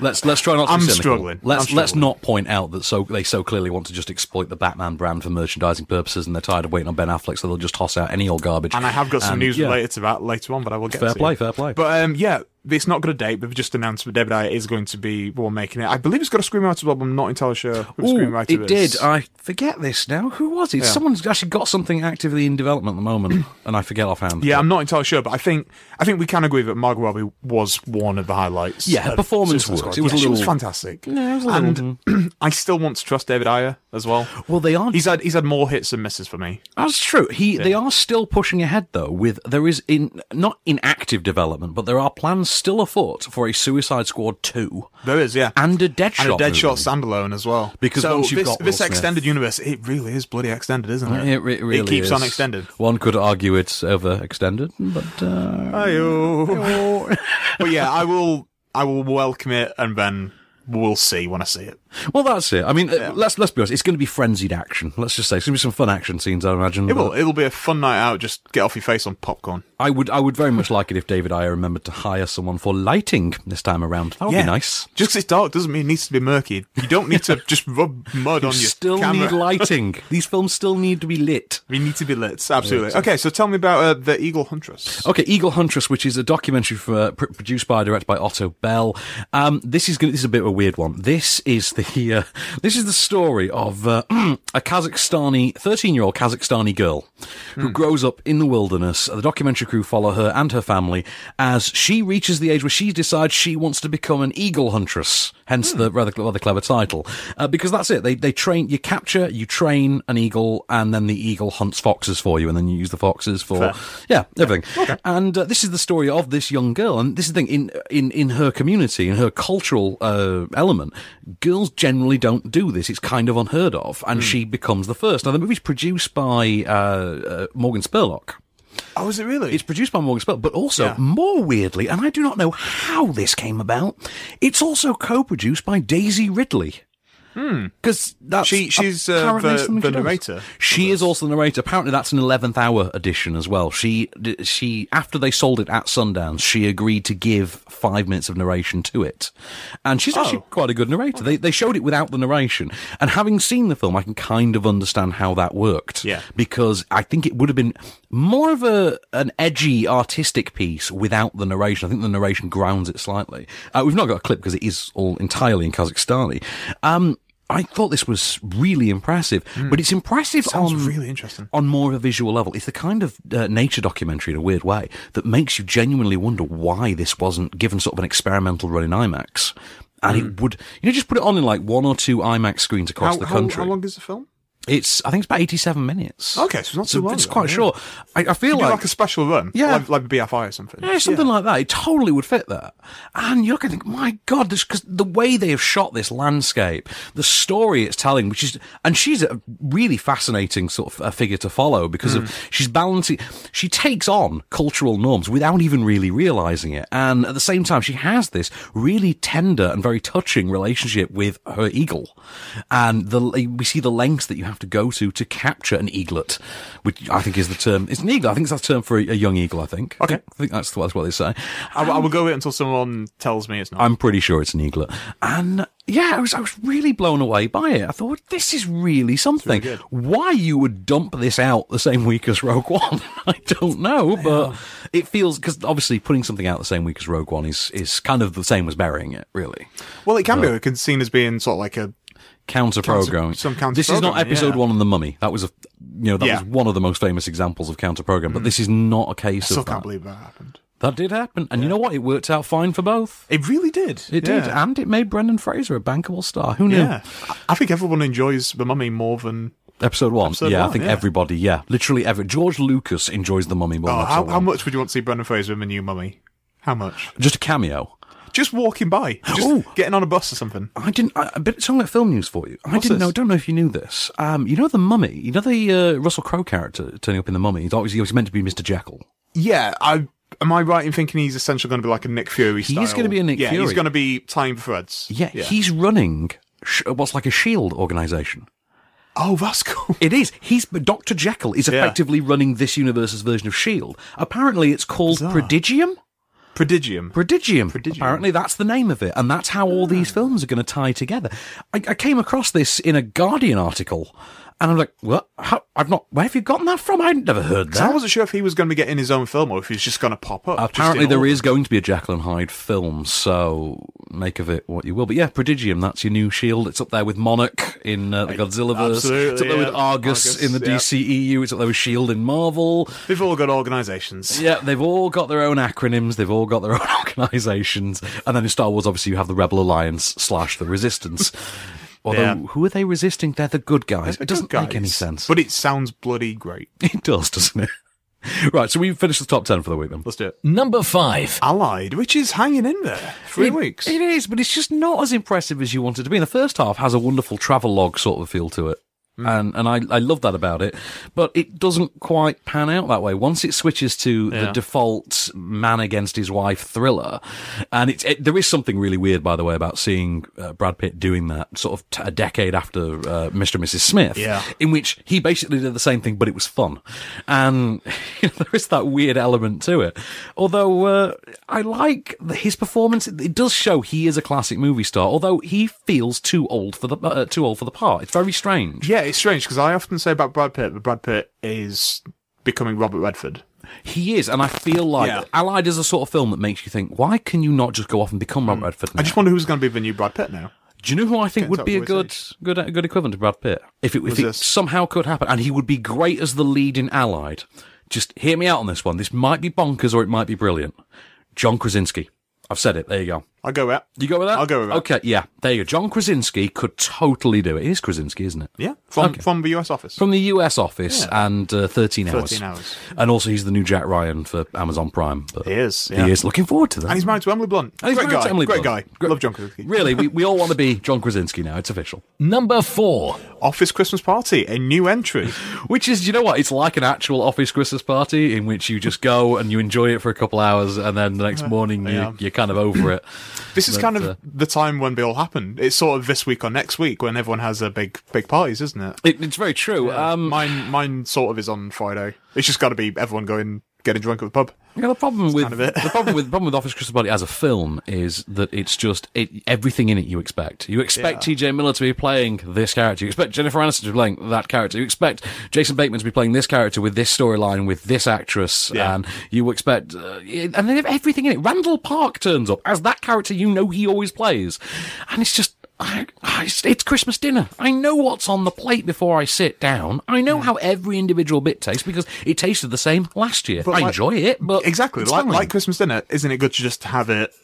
Let's let's try not. To I'm be cynical. struggling. Let's I'm let's struggling. not point out that so they so clearly want to just exploit the Batman brand for merchandising purposes, and they're tired of waiting on Ben Affleck, so they'll just toss out any old garbage. and I have got some And, news yeah. related to that later on, but I will get Fair to play, it. fair play. But um, yeah, it's not got a date. They've just announced that David Ayer is going to be well making it. I believe it's got a screenwriter as well. But I'm not entirely sure. Who the Ooh, screenwriter it is. did. I forget this now. Who was it? Someone's actually got something actively in development at the moment, and I forget offhand. Yeah, I'm not entirely sure, but I think I think we can agree that Margot Robbie was one of the highlights. Yeah, her of performance Suicide worked. Squad. It was Yeah, a she was little- fantastic. Yeah, it was a little- and I still want to trust David Ayer as well. Well, they are He's had he's had more hits than misses for me. That's true. He they are still pushing ahead though with there is in not in active development, but there are plans still afoot for a Suicide Squad two There is, yeah, and a Deadshot. and a Deadshot movie. standalone as well. Because so once you've this, got Will this Smith- extended universe, it really is bloody extended, isn't it? It, re- really keeps is. on extended. One could argue it's overextended, but uh, Ayo. but yeah, I will I will welcome it, and then we'll see when I see it. well, that's it. I mean, uh, let's let's be honest. It's going to be frenzied action. Let's just say it's going to be some fun action scenes. I imagine It will. but It'll be a fun night out. Just get off your face on popcorn. I would I would very much like it if David Ayer remembered to hire someone for lighting this time around. That would be nice. Just 'cause it's dark doesn't mean it needs to be murky. You don't need to just rub mud on You your still camera. need lighting. These films still need to be lit. We need to be lit. Absolutely. Okay, so tell me about uh, the Eagle Huntress. Okay, Eagle Huntress, which is a documentary for, uh, pr- produced by directed by Otto Bell. Um, this is gonna, this is a bit of a weird one. This is the uh, this is the story of uh, a Kazakhstani thirteen year old Kazakhstani girl who grows up in the wilderness. The documentary crew follow her and her family as she reaches the age where she decides she wants to become an eagle huntress. Hence the rather rather clever title, uh, because that's it. They they train you capture you train an eagle and then the eagle hunts foxes for you and then you use the foxes for yeah, everything. And uh, this is the story of this young girl, and this is the thing in in in her community, in her cultural uh, element. Girls generally don't do this; it's kind of unheard of, and she becomes the first. Now, the movie's produced by uh, uh, Morgan Spurlock. Oh, is it really? It's produced by Morgan Spurlock, but also Yeah. more weirdly, and I do not know how this came about. It's also co-produced by Daisy Ridley. Because that's Hmm. She- she's, uh, apparently the- something the she does. narrator of She is also the narrator. Apparently, that's an eleventh hour edition as well. She d- she after they sold it at Sundance, she agreed to give five minutes of narration to it, and she's actually Oh. quite a good narrator. They they showed it without the narration, and having seen the film, I can kind of understand how that worked. Yeah. because I think it would have been more of a an edgy artistic piece without the narration. I think the narration grounds it slightly. Uh, we've not got a clip because it is all entirely in Kazakhstani. Um, I thought this was really impressive, but it's impressive Hmm. Sounds on really interesting. on more of a visual level. It's the kind of uh, nature documentary in a weird way that makes you genuinely wonder why this wasn't given sort of an experimental run in IMAX. And it would, you know, just put it on in like one or two IMAX screens across Hmm. the How, how- country. how long is the film? It's, I think it's about 87 minutes. Okay, so it's not too long It's then, quite yeah. short. I, I feel You do like, like a special run, Yeah. like, like BFI or something. yeah, something like that. It totally would fit that. And you look and think, my God, this, cause the way they have shot this landscape, the story it's telling, which is, and she's a really fascinating sort of uh figure to follow because of, Hmm. she's balancing, she takes on cultural norms without even really realizing it. And at the same time, she has this really tender and very touching relationship with her eagle. And the, we see the lengths that you have to go to to capture an eaglet, which I think is the term, it's an eagle. I think that's the term for a, a young eagle, I think. I Okay. think- I think that's what, that's what they say. I, I will go it until someone tells me it's not. I'm pretty sure it's an eaglet. And yeah, I was I was really blown away by it. I thought this is really something. Why you would dump this out the same week as Rogue One, I don't know, but it feels because obviously putting something out the same week as Rogue One is is kind of the same as burying it, really. well, it can be. It can be seen as being sort of like a Counter programming. some counter This is not programming, episode yeah. one on the mummy. That was a you know that Yeah. Mm. was one of the most famous examples of counter programming. But this is not a case still of that. can't believe that happened. that did happen, and you know what? It worked out fine for both. It really did. It did, Yeah. and it made Brendan Fraser a bankable star. Who knew? Yeah. I- I think everyone enjoys The Mummy more than. Episode one. Episode yeah, one, I think yeah. everybody. Yeah, literally every. George Lucas enjoys the Mummy more. than Oh, how, episode how one. much would you want to see Brendan Fraser in the new Mummy? How much? Just a cameo. Just walking by, just Ooh. getting on a bus or something. I didn't. I, but it's on that film news for you. I What's didn't know. this? Don't know if you knew this. Um, you know the Mummy. You know the uh, Russell Crowe character turning up in the Mummy. He's always he was meant to be Mr. Jekyll. Yeah, I am I right in thinking he's essentially going to be like a Nick Fury He style? is gonna be a Nick yeah, he's Fury. going to be tying threads. Yeah, he's running sh- what's like a Shield E organization. oh, that's cool. It is. He's but Dr. Jekyll is Yeah. effectively running this universe's version of Shield. E Apparently, it's called Bizarre. Prodigium. Prodigium. Prodigium. Prodigium. Ah. Apparently, that's the name of it, and that's how all these films are going to tie together. I, I came across this in a Guardian article, and I'm like, "What? How, I've not. Where have you gotten that from? I'd never heard 'Cause I that." wasn't sure if he was going to be getting his own film or if he's just going to pop up. just Apparently, in there order. is going to be a Jekyll and Hyde film, so make of it what you will. But yeah, Prodigium, that's your new shield. It's up there with Monarch in uh, the Godzilla verse. absolutely, It's up there with yeah. Argus, Argus, in the yeah. DCEU. It's up there with Shield E in Marvel. They've all got organisations. Yeah, they've all got their own acronyms. They've all got their own organisations. And then in Star Wars, obviously, you have the Rebel Alliance slash the Resistance. Although, Yeah. who are they resisting? They're the good guys. It doesn't make any Guys. sense. But it sounds bloody great. it does, doesn't it? Right, so we've finished the top 10 for the week then. Let's do it. Number 5. Allied, which is hanging in there. Three It- weeks. It is, but it's just not as impressive as you want it to be. And the first half has a wonderful travel log sort of feel to it. Hmm. And and I, I love that about it. But it doesn't quite pan out that way. Once it switches to the default man against his wife thriller, and it's, it, there is something really weird, by the way, about seeing uh, Brad Pitt doing that sort of t- a decade after uh, Mr. and Mrs. Smith, Yeah. in which he basically did the same thing, but it was fun. And there is that weird element to it. Although uh, I like th- his performance, it it does show he is a classic movie star. Although he feels too old for the uh, too old for the part. It's very strange. yeah, it's strange because I often say about Brad Pitt that Brad Pitt is becoming Robert Redford. He is, and I feel like Yeah. Allied is a sort of film that makes you think, why can you not just go off and become Robert Redford? Now? I just wonder who's going to be the new Brad Pitt now. Do you know who I think Can't would tell be a by his good, good, good equivalent to Brad Pitt? If it, if Who's it this? somehow could happen, and he would be great as the lead in Allied. Just hear me out on this one. This might be bonkers or it might be brilliant. John Krasinski. I've said it. There you go. I'll go out. You go with that? I'll go with that. Okay, yeah. There you go. John Krasinski could totally do it. It is Krasinski, isn't it? Yeah, from Okay. from the US office. From the US office and uh, 13 hours. 13 hours. And also, he's the new Jack Ryan for Amazon Prime. But He is, He yeah. is. Looking forward to that. and he's married to Emily Blunt. And he's great married guy. to Emily great Blunt. guy. Gre- Love John Krasinski. Really, we, we all want to be John Krasinski now. It's official. Number 4. Office Christmas Party, a new entry. Which is, you know what? It's like an actual office Christmas party in which you just go and you enjoy it for a couple hours, and then the next morning you, yeah. you're kind of over it. This is But, kind of uh, the time when they all happen. It's sort of this week or next week when everyone has their big big parties, isn't it? It, it's very true. Um, mine mine sort of is on Friday. It's just got to be everyone going getting drunk at the pub. Yeah, the problem with kind of it. the problem with the problem with Office Crystal Body as a film is that it's just it, everything in it you expect. You expect Yeah. T.J. Miller to be playing this character. You expect Jennifer Aniston to be playing that character. You expect Jason Bateman to be playing this character with this storyline with this actress, Yeah. and you expect uh, and they have everything in it. Randall Park turns up as that character you know he always plays, and it's just. I, I, it's- it's Christmas dinner. I know what's on the plate before I sit down. I know Hmm. how every individual bit tastes because it tasted the same last year. But I like- enjoy it, but Exactly, it's like fine. like Christmas dinner, isn't it good to just have it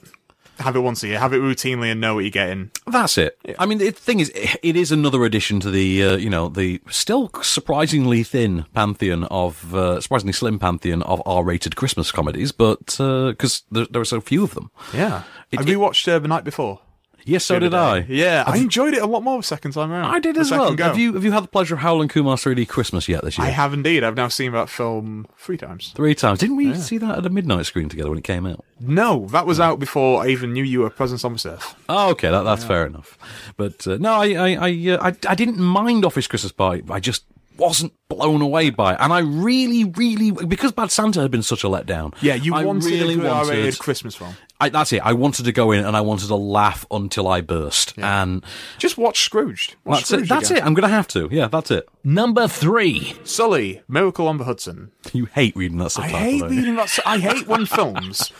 have it once a year, have it routinely, and know what you're getting? That's it. I mean, the thing is, it is another addition to the, uh, you know, the still surprisingly thin pantheon of, uh, surprisingly slim pantheon of R-rated Christmas comedies, but because there, there are so few of them. Yeah, It- I it- rewatched uh, the night before. Yes, so the did other I. day. Yeah, I enjoyed it a lot more the second time around. I did the as well. second go. Have you have you had the pleasure of Howl and Kumar's 3D Christmas yet this year? I have indeed. I've now seen that film three times. Three times. Didn't we see that at a midnight screen together when it came out? No, that was out before I even knew you were Presence on Surf. Oh, okay, that, that's fair enough. But uh, no, I I I, uh, I I didn't mind Office Christmas Party. I just wasn't blown away by it, and I really, really because Bad Santa had been such a letdown. Yeah, you I wanted really a good wanted. R-rated Christmas film. I, that's it. I wanted to go in and I wanted to laugh until I burst, and Just watch Scrooged. Watch that's Scrooged it. That's again. it. I'm gonna have to. Yeah, that's it. Number three. Sully, Miracle on the Hudson. You hate reading that subtitle. I hate don't you? reading that. I hate when films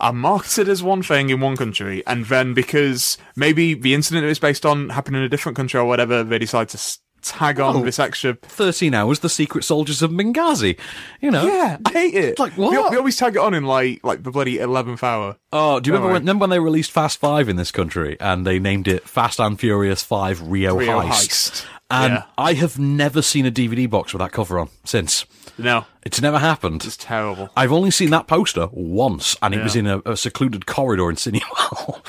are marketed as one thing in one country, and then because maybe the incident it was based on happened in a different country or whatever, they decide to s- tag Oh. on this extra. Thirteen hours. The Secret Soldiers of Benghazi. You know. Yeah, I hate it. Like, They- what? They, always tag it on in like like the bloody eleventh hour. Oh, do you remember when, Don't worry. remember when they released Fast Five in this country and they named it Fast and Furious Five Rio, Rio Heist? Heist. And Yeah. I have never seen a DVD box with that cover on since. No, It's never happened. it's terrible. I've only seen that poster once, and it was Yeah. in a, a secluded corridor in Sydney Hall.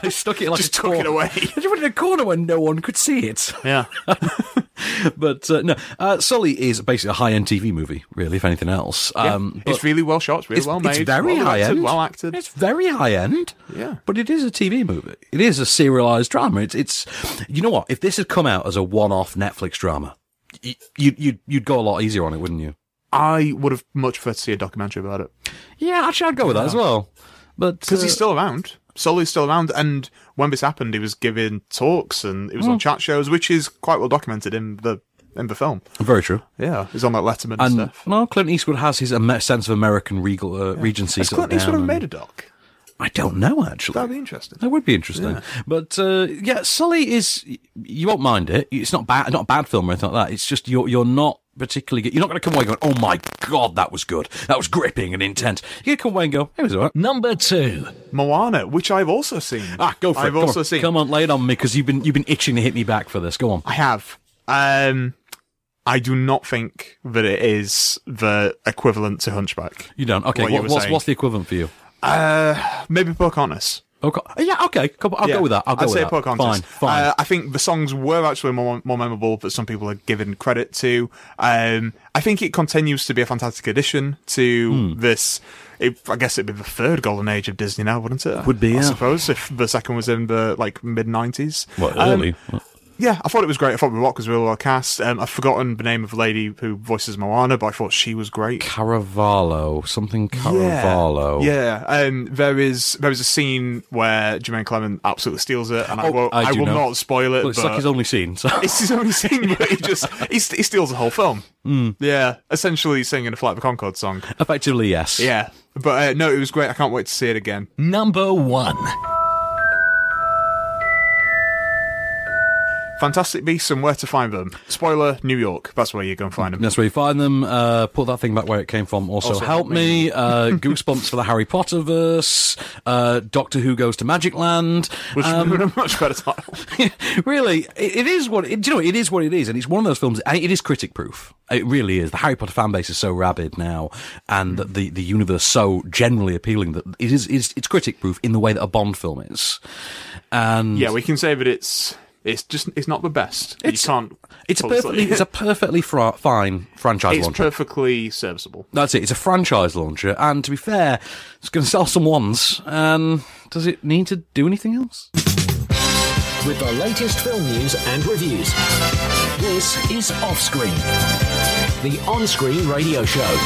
they stuck it in like Just a took it corner. away. They just put it in a corner where no one could see it. Yeah. but uh, no, uh, Sully is basically a high-end TV movie, really, if anything else. Um, it's but- really well shot, it's really it's, well it's made, very well high acted, end. well acted. It's very high end. Yeah. but it is a TV movie. It is a serialized drama. It's it's you know what? If this had come out as a one off Netflix drama, y- you you'd you'd go a lot easier on it, wouldn't you? I would have much preferred to see a documentary about it Yeah, actually, I'd go with that as well. But because he's uh, still around. Sully's still around, and when this happened, he was giving talks and he was Hmm. on chat shows, which is quite well documented in the in the film. very true. Yeah, he's on like Letterman and, And stuff. no, Clint Eastwood has his Amer- sense of American regal uh, regency. Has sort of Clint Eastwood down, ever and- made a doc? I don't know actually. That'd be interesting. That would be interesting. But uh, yeah, Sully is you won't mind it. It's not bad, not a bad film or anything like that. It's just you're you're not particularly good. You're not going to come away going, "Oh my god, that was good. That was gripping and intense." You're going to come away and go, "It was alright." Number two. Moana, which I've also seen. Ah, go for it. I've Come also on. seen. Come on, lay it on me because you've been you've been itching to hit me back for this. Go on. I have. Um, I do not think that it is the equivalent to Hunchback. You don't. Okay. What What you were what's saying. what's the equivalent for you? Uh, maybe Pocahontas. Okay. Yeah. Okay. Come on, I'll Yeah, go with that. I'll go I'd with say that. Pocahontas. Fine. Fine. Uh, I think the songs were actually more, more memorable that some people are given credit to. Um, I think it continues to be a fantastic addition to Hmm. this. It, I guess it'd be the third golden age of Disney now, wouldn't it? Would be, I yeah. suppose, if the second was in the like mid nineties. well, early. Yeah, I thought it was great. I thought the rock was really well cast. Um, I've forgotten the name of the lady who voices Moana, but I thought she was great. Caravallo. Something Caravallo. Yeah, um, there is there is a scene where Jermaine Clement absolutely steals it, and I, Oh, won't, I I, do will know. not spoil it. Well, it's but like his only scene. So. it's his only scene, but he just he, st- he steals the whole film. Hmm. Yeah, essentially singing a Flight of the Concorde song. Effectively, yes. Yeah, but uh, no, it was great. I can't wait to see it again. Number one. Fantastic Beasts and Where to Find Them. Spoiler: New York. That's where you go and find them. That's where you find them. Uh, put that thing back where it came from. Also, help me. Uh, Goosebumps for the Harry Potter verse. Uh, Doctor Who goes to Magic Land. Which Um, would have been a much better title. really, it, it is what it, do you know. It is what it is, and it's one of those films. and It is critic proof. It really is. The Harry Potter fan base is so rabid now, and the the universe so generally appealing that it is is it's critic proof in the way that a Bond film is. And Yeah, we can say that it's It's just it's not the best. It's- you can't. It's a pull it. perfectly, it's a perfectly fra- fine franchise it's launcher. perfectly serviceable. That's it. It's a franchise launcher, and to be fair, it's going to sell some ones. And does it need to do anything else? with the latest film news and reviews. This is Offscreen, the on screen radio show.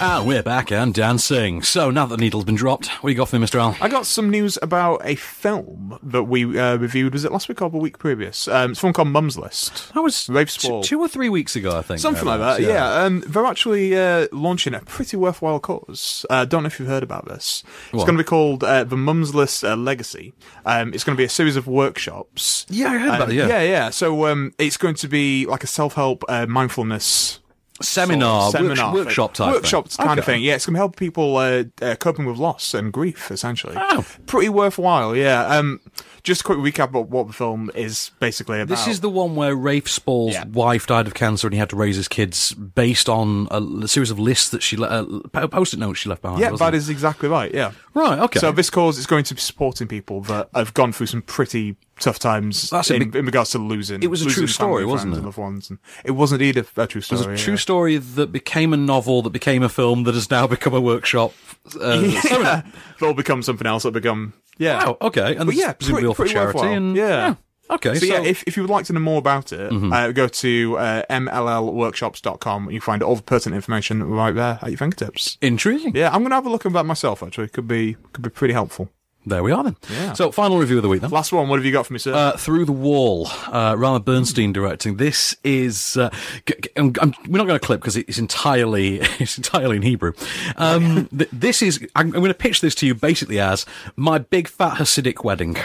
Ah, we're back and dancing. So now that the needle's been dropped, what you got for me, Mr. Al? I got some news about a film that we uh, reviewed. Was it last week or the week previous? Um, it's a film called Mum's List. That was Rafe t- Spall. two or three weeks ago, I think. Something like that, thereabouts, yeah. Um, they're actually uh, launching a pretty worthwhile cause. Uh, don't know if you've heard about this. What? It's going to be called uh, the Mum's List uh, Legacy. Um, it's going to be a series of workshops. Yeah, I heard about Um, it, yeah. yeah, So um, it's going to be like a self-help uh, mindfulness Seminar, sort of worksh- thing. workshop type. workshops thing. kind of Okay. thing. Yeah, it's going to help people uh, uh, coping with loss and grief, essentially. Oh. Pretty worthwhile. Yeah. Um, just a quick recap of what the film is basically about. This is the one where Rafe Spall's Yeah. wife died of cancer and he had to raise his kids based on a l- series of lists that she le- uh, po- post-it notes she left behind. yeah, wasn't that it? is exactly right. Yeah. right. Okay, So this cause is going to be supporting people that have gone through some pretty tough times That's a in, big- in regards to losing. It was a losing true family, story, friends, wasn't And it? loved ones. And it was indeed a, a true story. There's a true Oh, yeah. story that became a novel, that became a film, that has now become a workshop. Uh, seminar. They'll become something else. They'll become yeah. Wow, okay, and But this is yeah, presumably all for charity worthwhile. and- yeah. yeah. Mm-hmm. Okay, So, yeah, so- if, if you would like to know more about it, uh, go to uh, mllworkshops.com and you find all the pertinent information right there at your fingertips. Intriguing. Yeah, I'm going to have a look at that myself, actually. Could be could be pretty helpful. There we are then. Yeah. So, final review of the week then. Last one, what have you got for me, sir? Uh, Through the Wall, uh, Rama Bernstein directing. This is uh, g- g- I'm, I'm- we're not going to clip because it's entirely it's entirely in Hebrew. Um, th- this is I'm, I'm going to pitch this to you basically as my big fat Hasidic wedding.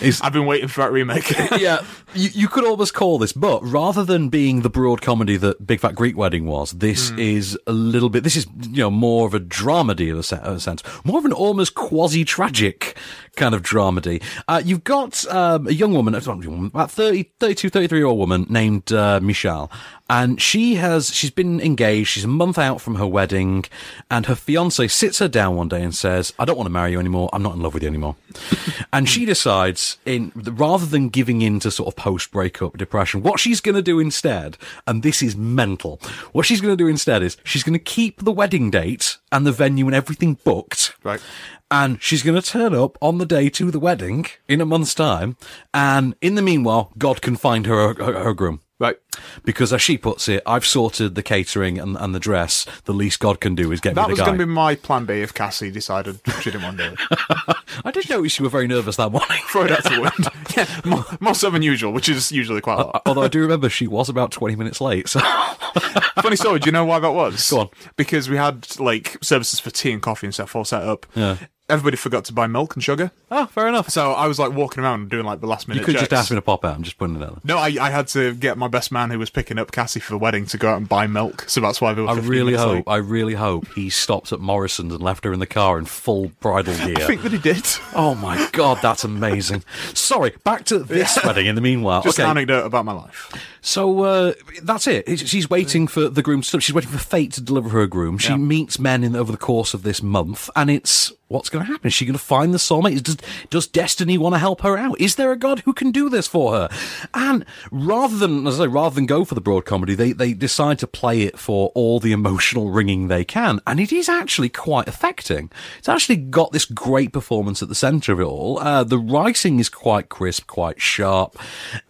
Is I've been waiting for that remake. yeah, you, you could almost call this, but rather than being the broad comedy that Big Fat Greek Wedding was, this is a little bit. This is you know more of a dramedy of a, se- of a sense, more of an almost quasi tragic kind of dramedy. Uh, you've got um, a young woman, about 30, 32, 33 year old woman named uh, Michelle, and she has she's been engaged. She's a month out from her wedding, and her fiance sits her down one day and says, "I don't want to marry you anymore. I'm not in love with you anymore." and she decides, in rather than giving in to sort of post breakup depression, what she's going to do instead, and this is mental. What she's going to do instead is she's going to keep the wedding date and the venue and everything booked. Right. And she's going to turn up on the day to the wedding in a month's time. And in the meanwhile, God can find her her, her groom. right. Because as she puts it, I've sorted the catering and, and the dress. The least God can do is get That me was the guy. going to be my plan B if Cassie decided she didn't want to do it. I did notice you were very nervous that morning. Throw it out the window. Yeah, more, more so than usual, which is usually quite a lot. Although I do remember she was about 20 minutes late. So Funny story, do you know why that was? Go on. Because we had, like, services for tea and coffee and stuff all set up. Yeah. Everybody forgot to buy milk and sugar. Oh, fair enough. So I was, like, walking around doing, like, the last minute You could just checks. ask me to pop out. I'm just putting it out there. No, I, I had to get my best man who was picking up Cassie for the wedding to go out and buy milk. So that's why we were I 15 really minutes hope, late. I really hope he stopped at Morrison's and left her in the car in full bridal I gear. think that he did. Oh my god, that's amazing. Sorry, back to this wedding in the meanwhile. Just okay. an anecdote about my life. So uh, that's it. It's- She's waiting for the groom to slip. She's waiting for fate to deliver her a groom. She meets men in over the course of this month, and it's what's going to happen. Is she going to find the soulmate? Is- Does, does destiny want to help her out? Is there a god who can do this for her? And rather than, as I say, rather than go for the broad comedy, they they decide to play it for all the emotional ringing they can, and it is actually quite affecting. It's actually got this great performance at the centre of it all. Uh, the writing is quite crisp, quite sharp.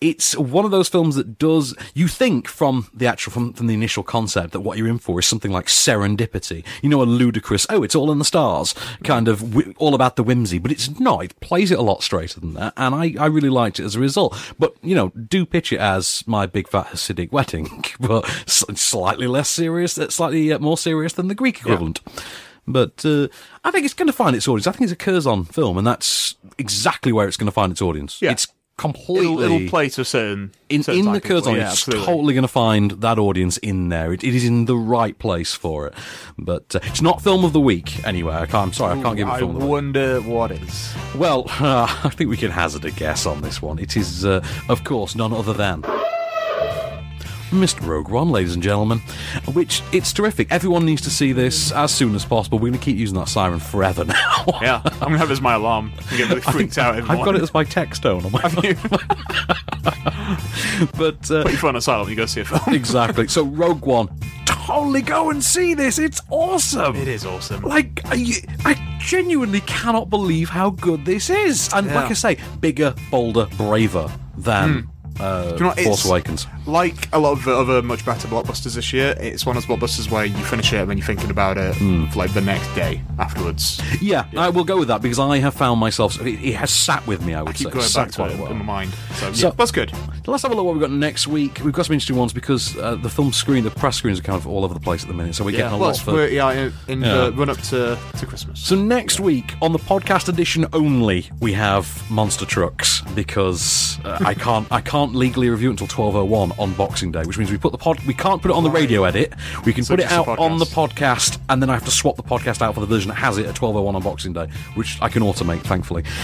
It's one of those films that does you think from the actual from, from the initial concept that what you're in for is something like serendipity. You know, a ludicrous oh, it's all in the stars kind of whi- all about the whimsy, but it's not. It plays it a lot straighter than that, and I I really liked it as a result. But you know, do pitch it as my big fat Hasidic wedding, but s- slightly less serious, uh, slightly uh, more serious than the Greek equivalent. But uh, I think it's going to find its audience. I think it's a Curzon film, and that's exactly where it's going to find its audience. Yeah. It's completely It'll, it'll play to a certain. in, certain in type the of people. Curzon, Yeah, it's absolutely. totally going to find that audience in there. It, it is in the right place for it. But uh, it's not film of the week anyway. I can't, I'm sorry, I can't give it I film of the week. wonder what is. Well, uh, I think we can hazard a guess on this one. It is, uh, of course, none other than Mr. Rogue One, ladies and gentlemen. Which, it's terrific. Everyone needs to see this as soon as possible. We're going to keep using that siren forever now. Yeah, I'm gonna have it as my alarm. I get really I freaked think- out. Every I've got it morning. as my text tone on my phone. but uh, Put your phone aside when you go see a film. exactly. So Rogue One, totally go and see this. It's awesome. It is awesome. Like I, I genuinely cannot believe how good this is. And like I say, bigger, bolder, braver than uh, you know Force what, Hmm. it's- Awakens. Like a lot of the other much better blockbusters this year, it's one of those blockbusters where you finish it and then you're thinking about it Hmm. for like the next day afterwards. Yeah, I will go with that because I have found myself. It, it has sat with me. I would I keep say. going Sat back to quite it well. in my mind. So, So- yeah, that's good. Let's have a look at what we've got next week. We've got some interesting ones because uh, the film screen, the press screens are kind of all over the place at the minute, so we're getting a well, lot for. we're, yeah, in, in Yeah. the run up to, to Christmas. So next week on the podcast edition only, we have monster trucks because uh, I can't I can't legally review it until twelve oh one on Boxing Day, which means we put the pod we can't put it on the radio edit. We can So put it just the out on the podcast. podcast, and then I have to swap the podcast out for the version that has it at twelve oh one on Boxing Day, which I can automate, thankfully.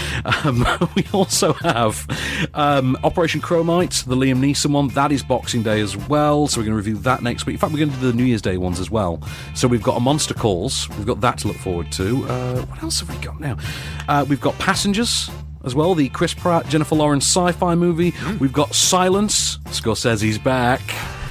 Um, we also have um, Operation Chromite, the Liam Neeson one. That is Boxing Day as well, so we're going to review that next week. In fact, we're going to do the New Year's Day ones as well. So we've got a Monster Calls. We've got that to look forward to. Uh, what else have we got now? Uh, we've got Passengers as well, the Chris Pratt, Jennifer Lawrence sci-fi movie. We've got Silence. Scorsese's back.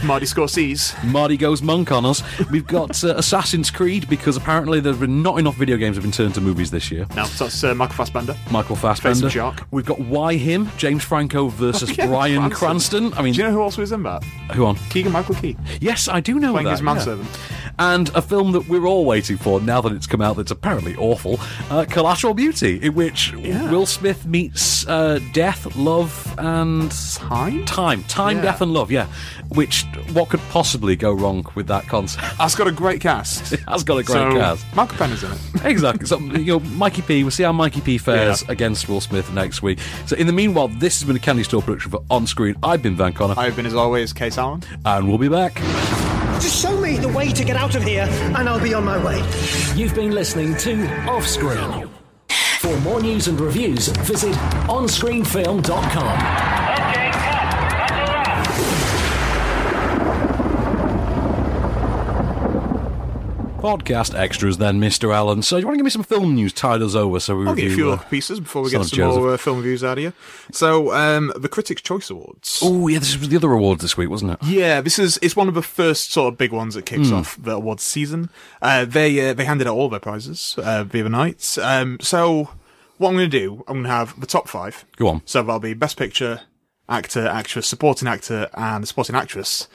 Marty Scorsese. Marty goes monk on us. We've got uh, Assassin's Creed because apparently there have been not enough video games have been turned to movies this year. No, so that's uh, Michael Fassbender. Michael Face Fassbender. of Jock. We've got Why Him? James Franco versus Yeah, Brian Cranston. I mean, do you know who else was in that? who on? Keegan Michael Key. Yes, I do know Playing that. his manservant. yeah. And a film that we're all waiting for now that it's come out that's apparently awful uh, Collateral Beauty, in which Will Smith meets uh, death, love, and. Time? Time. Time, Yeah. death, and love, yeah. Which, what could possibly go wrong with that concept? That's got a great cast. That's got a great so, cast. Michael Penn is in it. Exactly. So, you know, Mikey P, we'll see how Mikey P fares Yeah. against Will Smith next week. So, in the meanwhile, this has been a Candy Store production for On Screen. I've been Van Connor, I have been, as always, Case Allen. and we'll be back. Just show me the way to get out of here, and I'll be on my way. You've been listening to Offscreen. For more news and reviews, visit onscreenfilm.com. Okay, cut. That's a wrap. Podcast extras, then, Mr. Allen. So, you want to give me some film news? Tide us over so we I'll get review. a few uh, other pieces before we Son get of some more uh, film reviews out of you. So, um, the Critics' Choice Awards. oh, yeah, this was the other awards this week, wasn't it? Yeah, this is it's one of the first sort of big ones that Hmm. kicks off the awards season. Uh, they uh, they handed out all their prizes uh, the other night. Um, so what I'm going to do, I'm going to have the top five. Go on. So that'll be best picture, actor, actress, supporting actor, and supporting actress.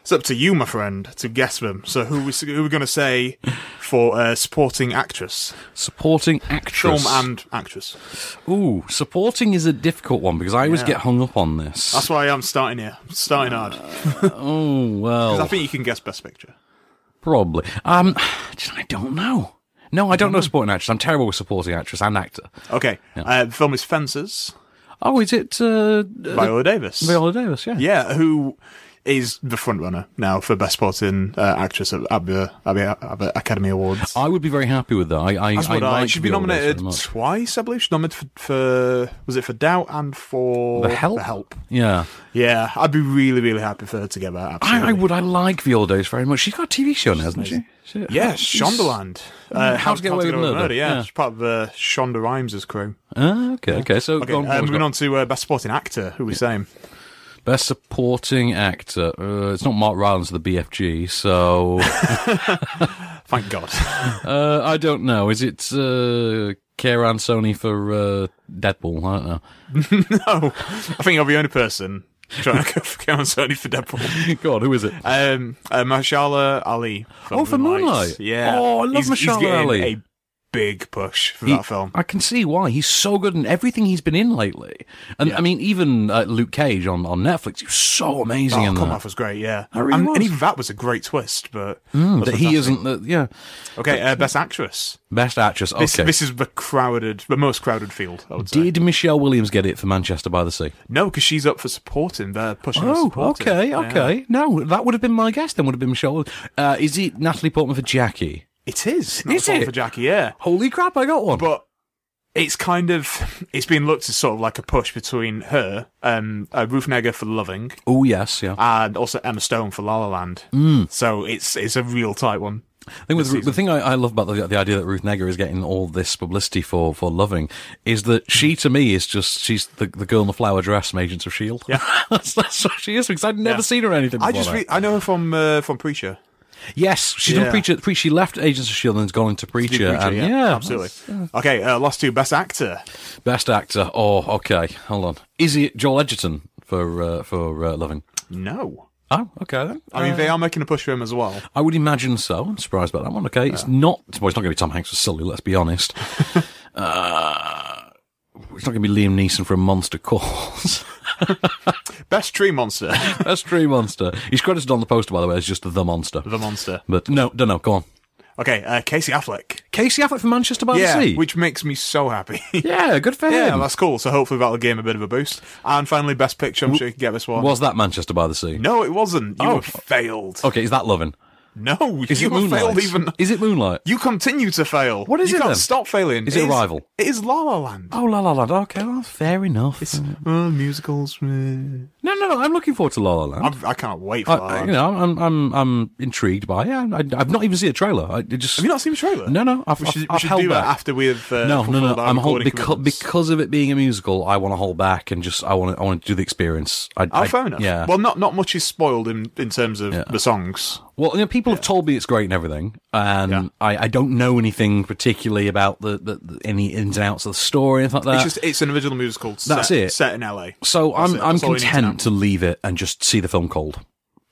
It's up to you, my friend, to guess them. So who we who we going to say for uh, supporting actress, Supporting actress. film and actress? Ooh, supporting is a difficult one because I always Yeah. get hung up on this. That's why I'm starting here. I'm starting hard. 'Cause oh, well. I think you can guess best picture. Probably. Um, just- I don't know. No, I Mm-hmm. don't know supporting actress. I'm terrible with supporting actress and actor. Okay, uh, the film is Fences, Oh, is it uh, Viola Davis. Viola Davis? Yeah. Yeah, who is the front runner now for best supporting uh, actress at, at, the, at, the, at the Academy Awards? I would be very happy with that. I, I, That's what I, like should be Viola Davis nominated very much. twice, I believe. She's nominated for, for was it for Doubt and for The help. The help. Yeah, Yeah, I'd be really, really happy for her to get that. I, I absolutely. would. I like Viola Davis very much. She's got a TV show now, hasn't she? she Yeah, she's- Shondaland. Uh, Mm, How to Get Away with Murder, yeah. She's part of uh, Shonda Rhimes' crew. Ah, okay, okay. So Okay, go on, uh, what was moving that? on to uh, best supporting actor. Who we saying? best supporting actor. Uh, it's not Mark Rylance of the BFG, so Thank God. uh, I don't know. Is it uh, Kieran Sony for uh, Deadpool? I don't know. no, Oh, I think I'm the only person trying to go for Kevin Sony for Deadpool. God, who is it? Um, uh, Mahershala Ali. from Oh, for Moonlight. Yeah. Oh, I love he's, he's Mahershala getting Ali. A big push for He- that film. I can see why he's so good in everything he's been in lately, and I mean even uh, Luke Cage on, on Netflix. He was so amazing Oh, in come that. off was great. Yeah. I really and, was. and even that was a great twist, but that's that he fantastic. isn't the yeah Okay, uh, best actress. best actress. Okay, This this is the crowded, the most crowded field. I would say. did Michelle Williams get it for Manchester by the Sea? no, because she's up for supporting. They're pushing. her Oh, supporting. okay, Yeah. okay. No, that would have been my guess. Then would have been Michelle. Williams. Uh, is it Natalie Portman for Jackie? It is. Is That's all it? for Jackie? Yeah, Holy crap! I got one. but it's kind of it's been looked as sort of like a push between her, um, uh, Ruth Negger for Loving, Oh yes, yeah. and also Emma Stone for La La Land. Mm. So it's it's a real tight one. I think with, the thing I, I love about the, the idea that Ruth Negger is getting all this publicity for, for loving is that she to me is just she's the, the girl in the flower dress from Agents of Shield. Yeah, E that's, that's what she is because I'd never Yeah. seen her in anything. Before I just that. re- I know her from uh, from Preacher. yes, she's done Yeah. preacher. Pre- she left Agents of Shield E and has gone into preacher. and, yeah, absolutely. Okay, uh, last two best actor. that's- Best actor. Oh, okay. Hold on. Is it Joel Edgerton for uh, for uh, loving? No, Oh, okay then. I mean they are making a push for him as well. I would imagine so. I'm surprised about that one. Okay, it's not. Well, it's not going to be Tom Hanks for Sully. Let's be honest. uh, it's not going to be Liam Neeson for a Monster Calls. Best tree monster, That's Tree Monster. He's credited on the poster, by the way, as just the Monster. the monster. But no, no, no. Go on. Okay, uh, Casey Affleck. Casey Affleck for Manchester by yeah, the Sea. which makes me so happy. Oh, yeah, good for Yeah, him. that's cool. So hopefully that'll give him a bit of a boost. And finally, best picture. I'm sure you can get this one. Was that Manchester by the Sea? no, it wasn't. You Oh. have failed. Okay, is that loving? No, Is you it have Moonlight? failed even. Is it Moonlight? You continue to fail. What is it you You can't then? stop failing. Is it Arrival? It is La La Land. Oh, la la la. Okay, well, fair enough. It's uh, musicals. eh. I'm, No, no, no. I'm looking forward to La La Land. I can't wait for I, La La I- Land. you know, I'm I'm I'm intrigued by it. I, I, I've not even seen a trailer. I it just Have you not seen the trailer? No, no, I've- we I've- should, we I've should held do that back. after we've. Uh, no, no, no. fulfilled our I'm hold, recording because, commitments. because of it being a musical, I want to hold back and just I want to I want to do the experience. I, Oh, I- fair enough. Yeah. Well, not not much is spoiled in, in terms of the songs. Well, you know, people have told me it's great and everything, and Yeah. I, I don't know anything particularly about the, the, the any ins and outs of the story and like that. It's just it's an original musical. Uh, that's set, it. Set in LA. so That's I'm it. I'm That's all you need to know. content to leave it and just see the film cold.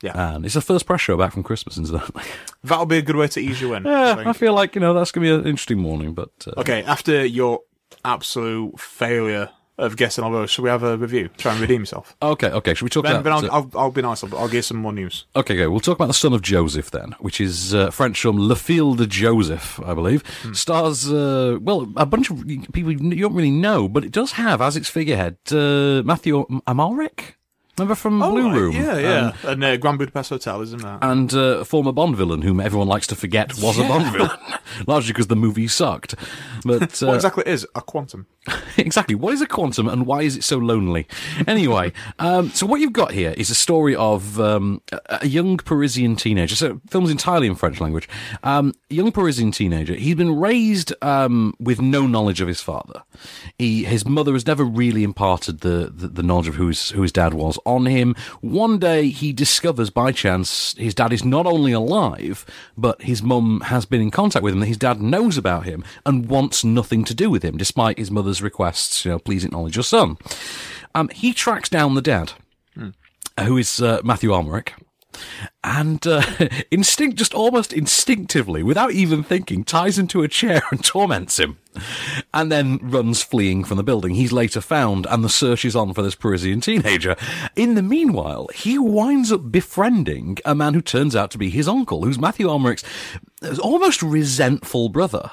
Yeah, And it's the first press show back from Christmas, incidentally. that'll be a good way to ease you in. I yeah, think. I feel like you know that's gonna be an interesting morning, but uh, Okay, after your absolute failure of guessing all those, should we have a review? Try and redeem yourself. okay, okay. Should we talk Ben, about? ben uh, I'll, I'll, I'll be nice. I'll, I'll give some more news. Okay, okay. We'll talk about the son of Joseph then, which is uh, French film Le Fil de Joseph, I believe. Hmm. Stars uh, well a bunch of people you don't really know, but it does have as its figurehead uh, Matthew Amalric, remember from Blue Room, Oh, Yeah, yeah. And, uh, Grand Budapest Hotel, isn't that? and, and uh, a former Bond villain whom everyone likes to forget was a Bond villain, largely because the movie sucked. But uh, what exactly is a quantum? exactly. What is a quantum and why is it so lonely? Anyway, um, so what you've got here is a story of um, a, a young Parisian teenager. So, film's entirely in French language. Um, a young Parisian teenager. He's been raised um, with no knowledge of his father. He, his mother has never really imparted the, the, the knowledge of who his, who his dad was on him. One day, he discovers by chance his dad is not only alive, but his mum has been in contact with him, that his dad knows about him and wants nothing to do with him, despite his mother's requests, you know, please acknowledge your son. Um, he tracks down the dad, who is uh, Matthew Almeric. And uh, instinct, just almost instinctively, without even thinking, ties him to a chair and torments him, and then runs fleeing from the building. He's later found, and the search is on for this Parisian teenager. In the meanwhile, he winds up befriending a man who turns out to be his uncle, who's Matthew Almeric's almost resentful brother,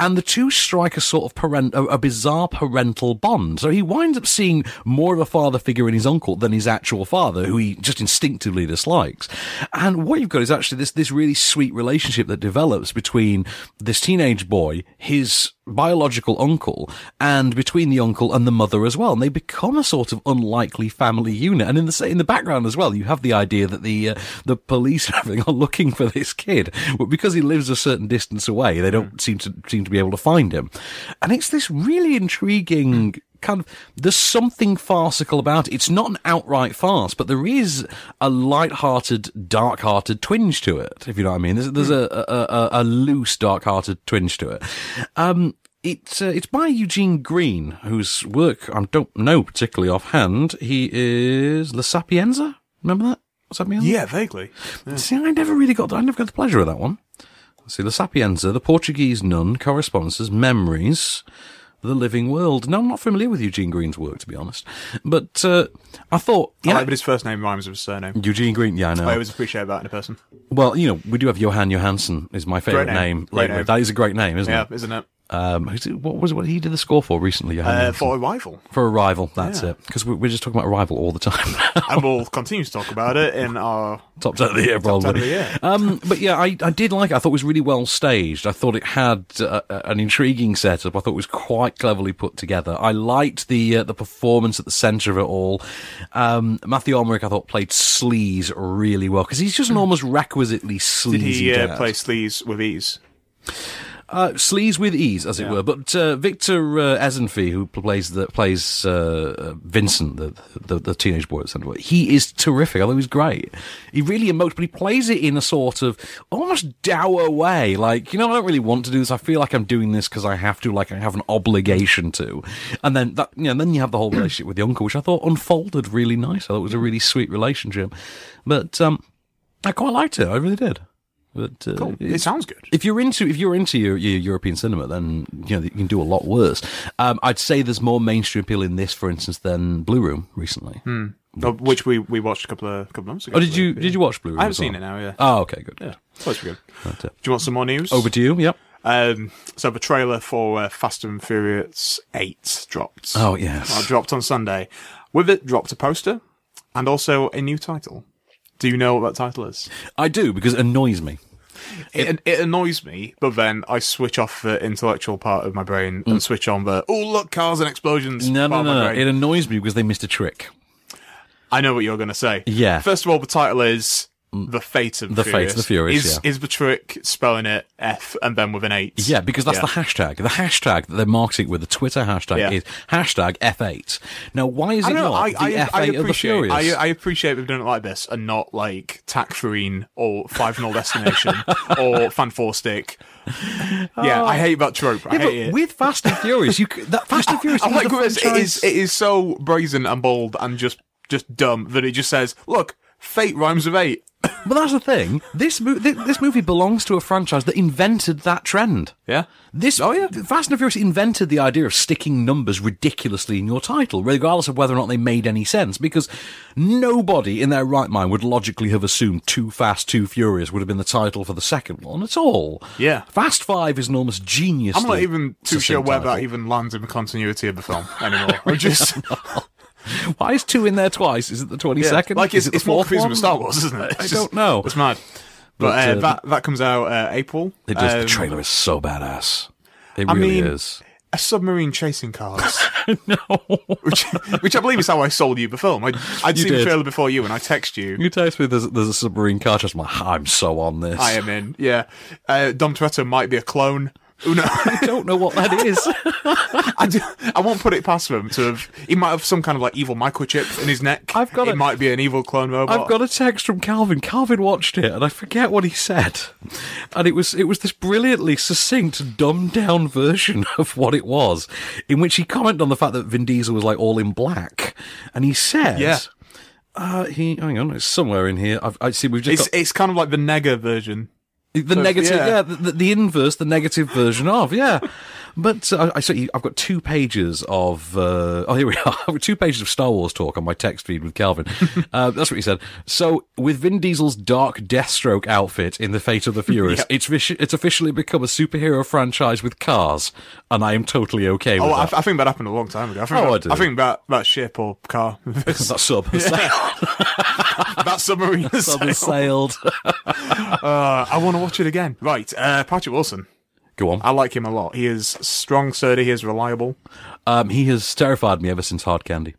and the two strike a sort of parent, a, a bizarre parental bond. So he winds up seeing more of a father figure in his uncle than his actual father, who he just instinctively dislikes. And what you've got is actually this this really sweet relationship that develops between this teenage boy, his biological uncle, and between the uncle and the mother as well. And they become a sort of unlikely family unit. And in the sa- in the background as well, you have the idea that the uh, the police and everything are looking for this kid, but because he lives a certain distance away, they don't seem to seem to be able to find him. And it's this really intriguing. Kind of, there's something farcical about it. It's not an outright farce, but there is a light-hearted, dark-hearted twinge to it. If you know what I mean, there's, there's a, a, a a loose, dark-hearted twinge to it. Um, it's uh, it's by Eugene Green, whose work I don't know particularly offhand. He is La Sapienza. Remember that? Sapienza? Yeah, vaguely. See, I never really got. I never got the pleasure of that one. Let's see, La Sapienza, the Portuguese nun, correspondences, memories, the living world. No, I'm not familiar with Eugene Green's work to be honest, but uh, I thought Yeah. yeah, I like that his first name rhymes with his surname. Eugene Green. Yeah, I know. I always appreciate that in a person. well, you know, we do have Johan Johansson is my favorite Great name. name. Great lately. name. That is a great name, isn't Yeah, it? isn't it? Um, who's it, what was it? What he did the score for recently? Johan Uh, Nielsen? for a rival. for Arrival. That's Yeah. it. Because we're, we're just talking about Arrival all the time. now. And we'll continue to talk about it in our. Top ten of the year, probably. of the year. Um, but yeah, I, I did like it. I thought it was really well staged. I thought it had uh, uh, an intriguing setup. I thought it was quite cleverly put together. I liked the uh, the performance at the centre of it all. Um, Matthew Almeric, I thought, played Sleaze really well because he's just an almost requisitely sleazy Hmm. Did he uh, dad. play Sleaze with ease? Uh, sleaze with ease, as it were. But uh, Victor uh, Esenfee, who plays the plays uh, uh, Vincent, the, the the teenage boy at the centre, he is terrific. I thought he was great. He really emotes, but he plays it in a sort of almost dour way. Like you know, I don't really want to do this. I feel like I'm doing this because I have to. Like I have an obligation to. And then that, you know, and then you have the whole relationship with the uncle, which I thought unfolded really nice. I thought it was a really sweet relationship. But um, I quite liked it. I really did. But uh, Cool. It it's- sounds good. if you're into if you're into your, your European cinema, then you know you can do a lot worse. Um, I'd say there's more mainstream appeal in this, for instance, than Blue Room recently. Uh, Which we, we watched a couple of couple of months ago. Oh, did you did you watch Blue Room? I haven't as well? seen it now, yeah. Oh, okay, good. Yeah, so it's good. Do it. you want some more news? uh, Over to you. Yep. Um, so the trailer for uh, Fast and Furious 8 dropped. Oh yes. Well, dropped on Sunday. With it dropped a poster and also a new title. Do you know what that title is? I do because it annoys me. It, it annoys me, but then I switch off the intellectual part of my brain and switch on the oh look cars and explosions. Mm. No, no, part of my no. brain. It annoys me because they missed a trick. I know what you're going to say. Yeah. Mm. First of all, the title is The Fate of The Fate of Furious. the Furious, Is, yeah. is the trick spelling it F and then with an eight? Yeah, because that's Yeah. the hashtag. The hashtag that they're marketing with the Twitter hashtag Yeah. is hashtag F8. Now, why is I it don't know. not I, the I, F8 I of the appreciate. Furious? I, I appreciate they've done it like this and not like Tacfarine or Five Null Destination or Fan Four Stick. Yeah, I hate that trope. I yeah, but hate it. with Fast and Furious, you c- that Fast and Furious. I like the it is- it is franchise- it is so brazen and bold and just just dumb that it just says, "Look, fate rhymes with eight. But that's the thing. This mo- thi- this movie belongs to a franchise that invented that trend. Yeah. This oh yeah, Fast and Furious invented the idea of sticking numbers ridiculously in your title, regardless of whether or not they made any sense, because nobody in their right mind would logically have assumed Too Fast, Too Furious would have been the title for the second one at all. Yeah. Fast Five is an almost genius. I'm not even too sure where that even lands in the continuity of the film anymore. I'm just Why is two in there twice? Is it the twenty yeah. second? like it's, is it the it's more fourth confusing one? with Star Wars, isn't it? It's I don't know. It's mad. But, But, uh, uh, that that comes out uh, April. It does. Um, the trailer is so badass. It I really mean, is. a submarine chasing cars. no. Which, which I believe is how I sold you the film. I, I'd You seen the did. trailer before you and I text you. You text me there's, there's a submarine car chase. I'm like, I'm so on this. I am in. Yeah. Uh, Dom Toretto might be a clone. Who knows? I don't know what that is. I, do, I won't put it past him to have. He might have some kind of like evil microchip in his neck. I've got It a- might be an evil clone robot. I've got a text from Calvin. Calvin watched it, and I forget what he said. And it was it was this brilliantly succinct, dumbed down version of what it was, in which he commented on the fact that Vin Diesel was like all in black, and he said, Yeah. uh, he hang on, it's somewhere in here. I've, I see we've just It's got- it's kind of like the Nega version. The negative, yeah. yeah, the, the, the inverse, the negative version of, yeah. But uh, I so you- I've got two pages of uh, oh here we are, I've got two pages of Star Wars talk on my text feed with Calvin. uh, that's what he said. So with Vin Diesel's dark Deathstroke outfit in the Fate of the Furious, it's vish- it's officially become a superhero franchise with cars, and I am totally okay with Oh, I, that. I think that happened a long time ago. I think Oh, that, I do. think that that ship or car, That's sub that submarine. has sub has sailed. sailed. Uh, I want to watch it again. Right, uh, Patrick Wilson. Go on. I like him a lot. He is strong, sturdy. He is reliable. Um, he has terrified me ever since Hard Candy.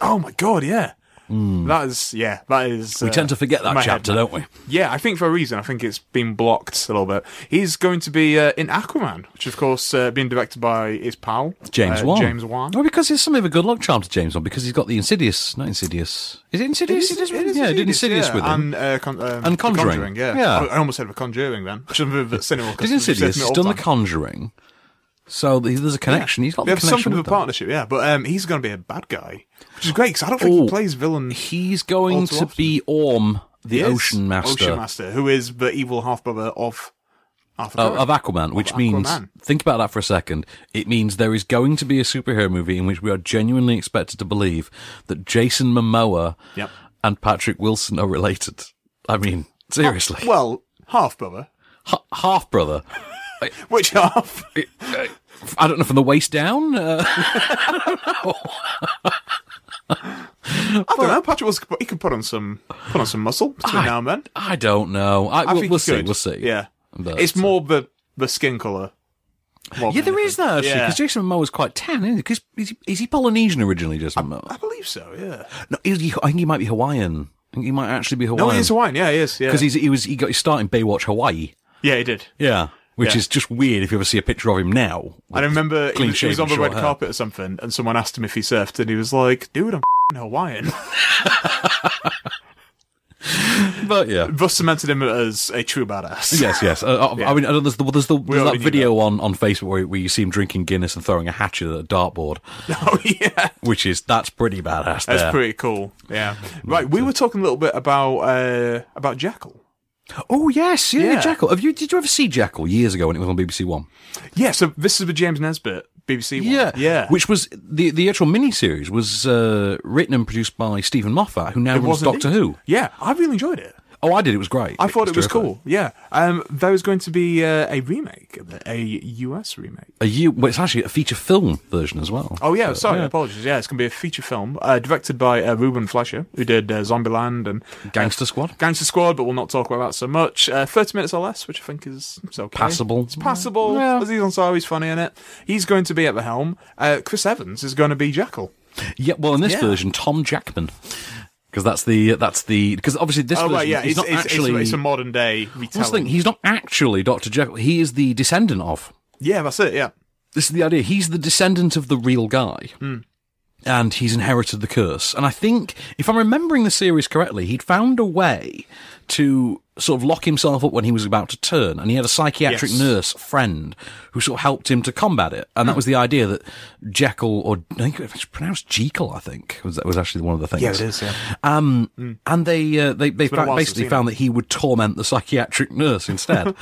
Oh my god, yeah. That is, yeah, that is. Hmm. uh, We tend to forget that chapter, don't we? Yeah, I think for a reason. I think it's been blocked a little bit. He's going to be uh, in Aquaman, which of course uh, being directed by his pal James uh, Wan. James Wan. Oh, because he's something of a good luck charm to James Wan because he's got the Insidious, not Insidious. Is it Insidious? yeah, he did Insidious yeah, with him. and, uh, con- um, And Conjuring. yeah. Yeah. I, I almost said the Conjuring then. Should have been the cinema. did Insidious? He's done the Conjuring. So th- there's a connection. He's got They the have some connection sort of with a them. partnership, yeah. But um, he's going to be a bad guy, which is great because I don't think Oh. he plays villain. He's going All too to often. be Orm, the He is Ocean Master, Ocean Master, who is the evil half brother of Arthur. Oh, of, Curry. uh, of Aquaman, which means Aquaman. think about that for a second. It means there is going to be a superhero movie in which we are genuinely expected to believe that Jason Momoa Yep. and Patrick Wilson are related. I mean, seriously, Well, half brother. half brother. Which half? I don't know from the waist down. Uh, I don't know. Patrick was he could put on some put on some muscle between now and then. I don't know. I, I Ah. we'll, think we'll he see. could. We'll see. Yeah, But, it's uh, more the the skin color. Yeah, there is that actually Yeah. because Jason Momoa is quite tan, isn't he? 'Cause is he, is he Polynesian originally, Jason Momoa? I believe so. Yeah. No, is he, I think he might be Hawaiian. I think he might actually be Hawaiian. No, he is Hawaiian. Yeah, he is. Yeah, because he was he got his start in Baywatch Hawaii. yeah, he did. Yeah, which Yeah. is just weird if you ever see a picture of him now. I remember he was, he was shaven, on the short red hair. carpet or something, and someone asked him if he surfed, and he was like, "Dude, I'm f***ing Hawaiian." But yeah. Thus cemented him as a true badass. Yes, yes. Uh, I- I mean, I know there's, the, there's, the, there's that already knew video on, on Facebook where, where you see him drinking Guinness and throwing a hatchet at a dartboard, Oh yeah. which is that's pretty badass. That's there. pretty cool. Yeah. Right, we were talking a little bit about uh, about Jackal. Oh yes, yeah, Yeah. Jackal. Have you did you ever see Jackal years ago when it was on BBC One? Yeah, so this is the James Nesbitt BBC one. Yeah. Which was the the actual miniseries was uh, written and produced by Stephen Moffat, who now runs wasn't Doctor it? Who. Yeah, I really enjoyed it. Oh, I did. It was great. I thought it was terrific. cool. Yeah. Um, there was going to be uh, a remake, of it, a US remake. A you, well, it's actually a feature film version as well. Oh yeah, sorry, apologies. Yeah, it's going to be a feature film uh, directed by uh, Ruben Fleischer, who did uh, Zombieland and Gangster Squad. Gangster Squad, but we'll not talk about that so much. Uh, Thirty minutes or less, which I think is it's okay. Passable. It's passable. Yeah. Aziz Ansari's funny in it. He's going to be at the helm. Uh, Chris Evans is going to be Jackal. Yeah, well, in this Yeah. version, Tom Jackman, because that's the that's the because obviously this Oh version right, yeah, he's it's, not it's, it's- actually. it's a modern day that's the thing, retelling. he's not actually Doctor Jekyll. He is the descendant of. Yeah, that's it. Yeah, This is the idea. He's the descendant of the real guy. Hmm. And he's inherited the curse. And I think, if I'm remembering the series correctly, he'd found a way to sort of lock himself up when he was about to turn. And he had a psychiatric Yes. Hmm. nurse friend who sort of helped him to combat it. And that was the idea that Jekyll, or I think it's pronounced Jekyll, I think, was, was actually one of the things. Yeah, Um, and they uh, they they been a fa- while since basically I've seen found that he would torment the psychiatric nurse instead.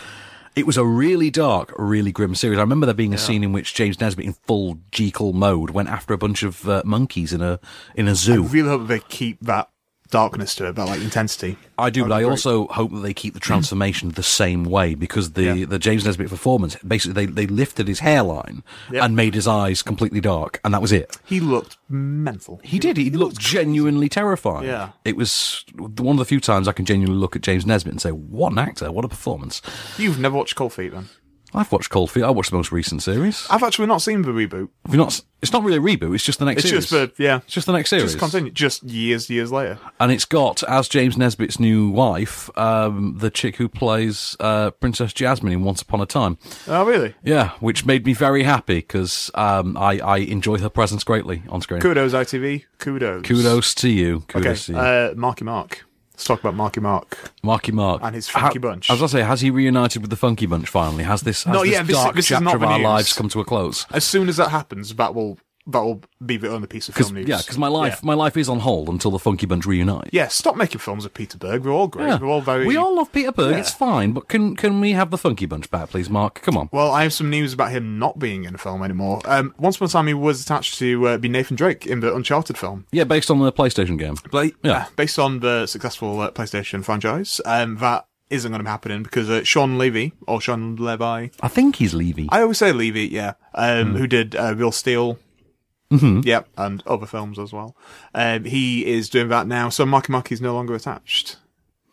it was a really dark, really grim series. I remember there being a scene in which James Nesbitt, in full Jekyll mode, went after a bunch of uh, monkeys in a in a zoo. really hope they keep that darkness to it, that like intensity. I do, but That'd I be great. also hope that they keep the transformation the same way because the, Yeah. the James Nesbitt performance basically they, they lifted his hairline Yeah. and made his eyes completely dark, and that was it. he looked mental. He did. He, looked genuinely terrifying. Yeah. It was one of the few times I can genuinely look at James Nesbitt and say, what an actor, what a performance. You've never watched Cold Feet, then? I've watched Cold Feet. I watched the most recent series. I've actually not seen the reboot. If you're not, it's not really a reboot. It's just the next It's series. just the yeah. It's just the next series. Just continue. Just years, years later. and it's got, as James Nesbitt's new wife, um, the chick who plays uh, Princess Jasmine in Once Upon a Time. Oh, really? Yeah, which made me very happy because um, I, I enjoy her presence greatly on screen. Kudos, ITV. Kudos. Kudos to you. Kudos to Okay. you. Uh, Marky Mark. Let's talk about Marky Mark. Marky Mark And his Funky Ha- Bunch. I was gonna say, has he reunited with the Funky Bunch finally? Has this, has No, this yeah, this- dark this is chapter not of the our news. lives come to a close? As soon as that happens, that will that will be the only piece of Because film news. yeah, 'cause my life my life is on hold until the Funky Bunch reunite. Yeah, stop making films of Peter Berg. We're all great. Yeah. We're all very. We all love Peter Berg. Yeah. It's fine, but can can we have the Funky Bunch back, please, Mark? Come on. Well, I have some news about him not being in a film anymore. Um, once upon a time, he was attached to uh, be Nathan Drake in the Uncharted film. Yeah, based on the PlayStation game. Play- Yeah. uh, based on the successful uh, PlayStation franchise, um, that isn't going to be happening because uh, Sean Levy or Sean Levi, I think he's Levy. I always say Levy, yeah, Hmm. um, who did uh, Real Steel, Mm-hmm. yeah, and other films as well. Um, he is doing that now, so Marky Mark is no longer attached.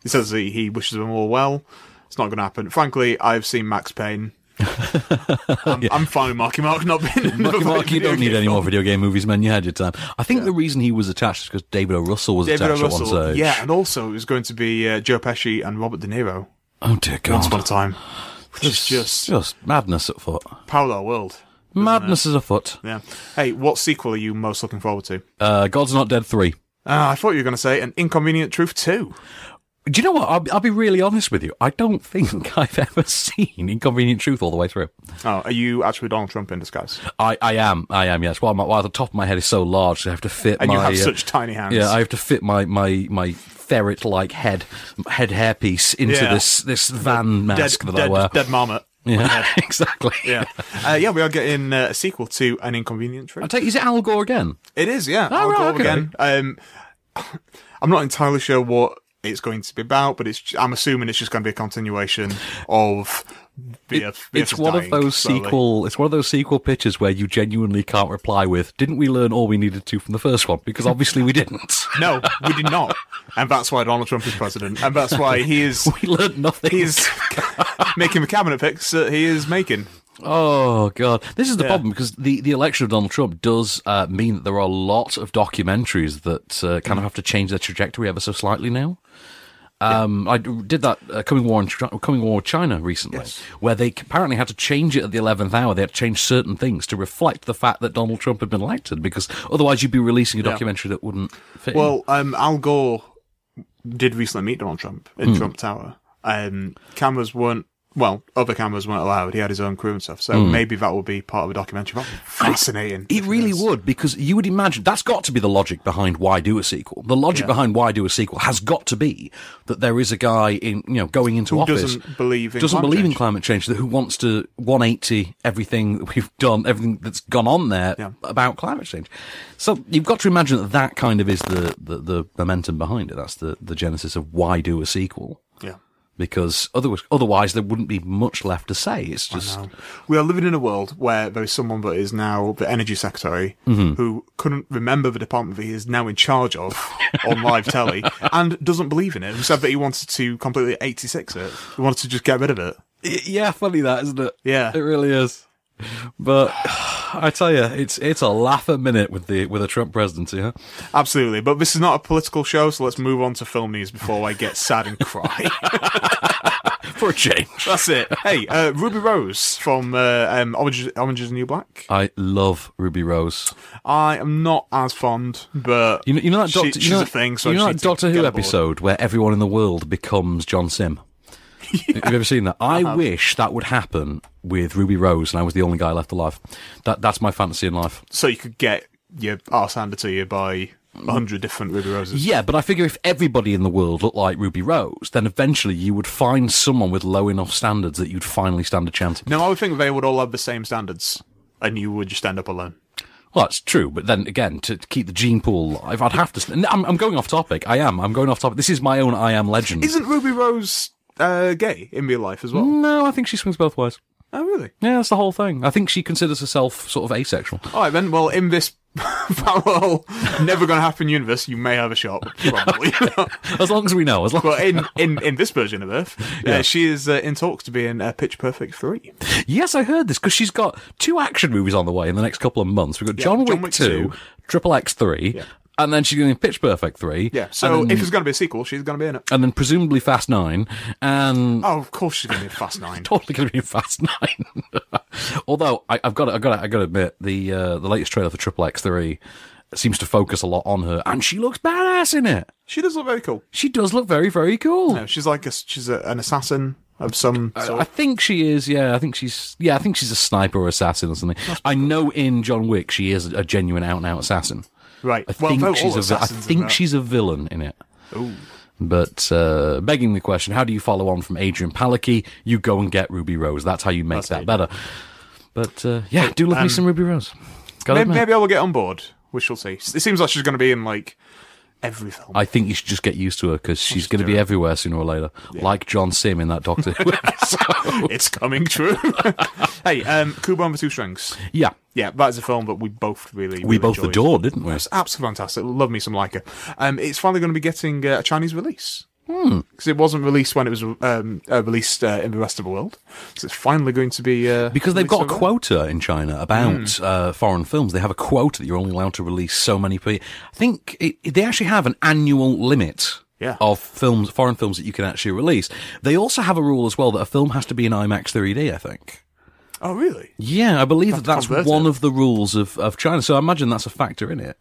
He says he, he wishes them all well. It's not going to happen. Frankly, I've seen Max Payne. I'm, I'm fine with Marky Mark not being in Marky another Mark, you video don't need game any more film. video game movies, man. You had your time. I think the reason he was attached is because David O. Russell was David attached O. at one Russell, stage. yeah, and also it was going to be uh, Joe Pesci and Robert De Niro Oh dear God. once upon a time, which is just just madness at foot. parallel world. Madness is afoot. Yeah. Hey, what sequel are you most looking forward to? Uh, God's Not Dead Three. Ah, I thought you were going to say an inconvenient truth too. Do you know what? I'll, be- I'll be really honest with you. I don't think I've ever seen Inconvenient Truth all the way through. Oh, are you actually Donald Trump in disguise? I, I am, I am, yes. Why, my, why the top of my head is so large, I have to fit And my. you have uh, such tiny hands. yeah, I have to fit my my my ferret-like head head hairpiece into Yeah. this this van dead, mask that I dead, wear. dead marmot. yeah, exactly. Yeah, uh, yeah, we are getting uh, a sequel to an I inconvenient truth. take. Is it Al Gore again? it is, yeah. I'll Oh, right, go okay. again. Um, I'm not entirely sure what it's going to be about, but it's. I'm assuming it's just going to be a continuation of BF, it's one of those sequel. It's one of those sequel pictures where you genuinely can't reply with, "Didn't we learn all we needed to from the first one?" Because obviously we didn't. No, we did not, and that's why Donald Trump is president, and that's why he is we learned nothing. he's making the cabinet picks that he is making. Oh god, this is the problem because the, the election of Donald Trump does uh, mean that there are a lot of documentaries that uh, kind of have to change their trajectory ever so slightly now. Um, I d- did that uh, coming war in Chi- coming war with China recently, where they apparently had to change it at the eleventh hour. They had to change certain things to reflect the fact that Donald Trump had been elected, because otherwise you'd be releasing a documentary that wouldn't fit. in. Well, um, Al Gore did recently meet Donald Trump in Hmm. Trump Tower. Um, cameras weren't. Well, other cameras weren't allowed. He had his own crew and stuff, so maybe that will be part of a documentary. That'd be fascinating. Hmm. It really would because you would imagine that's got to be the logic behind why do a sequel. The logic Yeah. behind why do a sequel has got to be that there is a guy in you know going into Who office doesn't believe in doesn't climate believe in change. climate change that who wants to 180 everything that we've done everything that's gone on there Yeah. about climate change. So you've got to imagine that that kind of is the the, the momentum behind it. That's the the genesis of why do a sequel Yeah. because otherwise otherwise there wouldn't be much left to say. It's just No. We are living in a world where there is someone that is now the energy secretary Mm-hmm. who couldn't remember the department that he is now in charge of on live telly and doesn't believe in it. He said that he wanted to completely 86 it. He wanted to just get rid of it. Y- Yeah, funny that, isn't it? Yeah. it really is. But I tell you, it's it's a laugh a minute with the with a Trump presidency. Huh? Absolutely. But this is not a political show, so let's move on to film news before I get sad and cry. For a change, That's it. Hey, uh, Ruby Rose from uh, um, Orange, Orange is the New Black. I love Ruby Rose. I am not as fond, but You know, you know that she- Doctor, she's you know, a thing. So I you know just that need to Doctor get Who on board. episode where everyone in the world becomes John Sim. Have you ever seen that? I, Uh-huh. wish that would happen with Ruby Rose, and I was the only guy left alive. That that's my fantasy in life. so you could get your arse handed to you by a hundred different Ruby Roses. Yeah, but I figure if everybody in the world looked like Ruby Rose, then eventually you would find someone with low enough standards that you'd finally stand a chance. No, I would think they would all have the same standards, and you would just end up alone. Well, that's true, but then again, to, to keep the gene pool alive, I'd have to. I'm, I'm going off topic. I am. I'm going off topic. This is my own I am legend. Isn't Ruby Rose uh, gay in real life as well? no, I think she swings both ways. Oh, really? Yeah, that's the whole thing. I think she considers herself sort of asexual. All right, then. Well, in this parallel, never going to happen universe, you may have a shot, probably. As long as we know, as long but in, in, in this version of Earth, uh, she is uh, in talks to be in uh, Pitch Perfect 3. Yes, I heard this because she's got two action movies on the way in the next couple of months. We've got John, Wick, John Wick 2, 2, Triple X 3, and then she's going to Pitch Perfect 3. Yeah, so and if then, it's going to be a sequel, she's going to be in it. and then presumably Fast 9, and Oh, of course she's going to be in Fast 9. totally going to be in Fast Nine. Although I, I've got, to, I've got, to, I've got to admit, the uh, the latest trailer for Triple X Three seems to focus a lot on her, and she looks badass in it. She does look very cool. She does look very, very cool. No, she's like a, she's a, an assassin of some I sort. think she is. Yeah, I think she's. Yeah, I think she's a sniper or assassin or something. I know in John Wick she is a genuine out and out assassin. Right. I Well, think they're all she's a. vi- I assassins in think that. she's a villain in it. But uh, begging the question, how do you follow on from Adrian Palicki? You go and get Ruby Rose. That's how you make that better. But uh, yeah, do look me some Ruby Rose. Gotta um, Maybe, admit. maybe I will get on board. We shall see. It seems like she's going to be in like every film. I think you should just get used to her because she's going to be everywhere sooner or later, like John Sim in that Doctor. Who episode. it's coming true. hey, um, Kubo with Two Strings. yeah, Yeah, that is a film that we both really, we really both enjoyed. adored, didn't we? It's absolutely fantastic. Love me some Leica. Um, it's finally going to be getting uh, a Chinese release. Hmm. Because it wasn't released when it was um, uh, released uh, in the rest of the world. So it's finally going to be. Uh, Because they've got a released over there. quota in China about uh, foreign films. They have a quota that you're only allowed to release so many per year. I think it, they actually have an annual limit Yeah. of films, foreign films that you can actually release. They also have a rule as well that a film has to be in IMAX 3D, I think. Oh, really? Yeah, I believe that that's convert one it. of the rules of, of China. So I imagine that's a factor in it.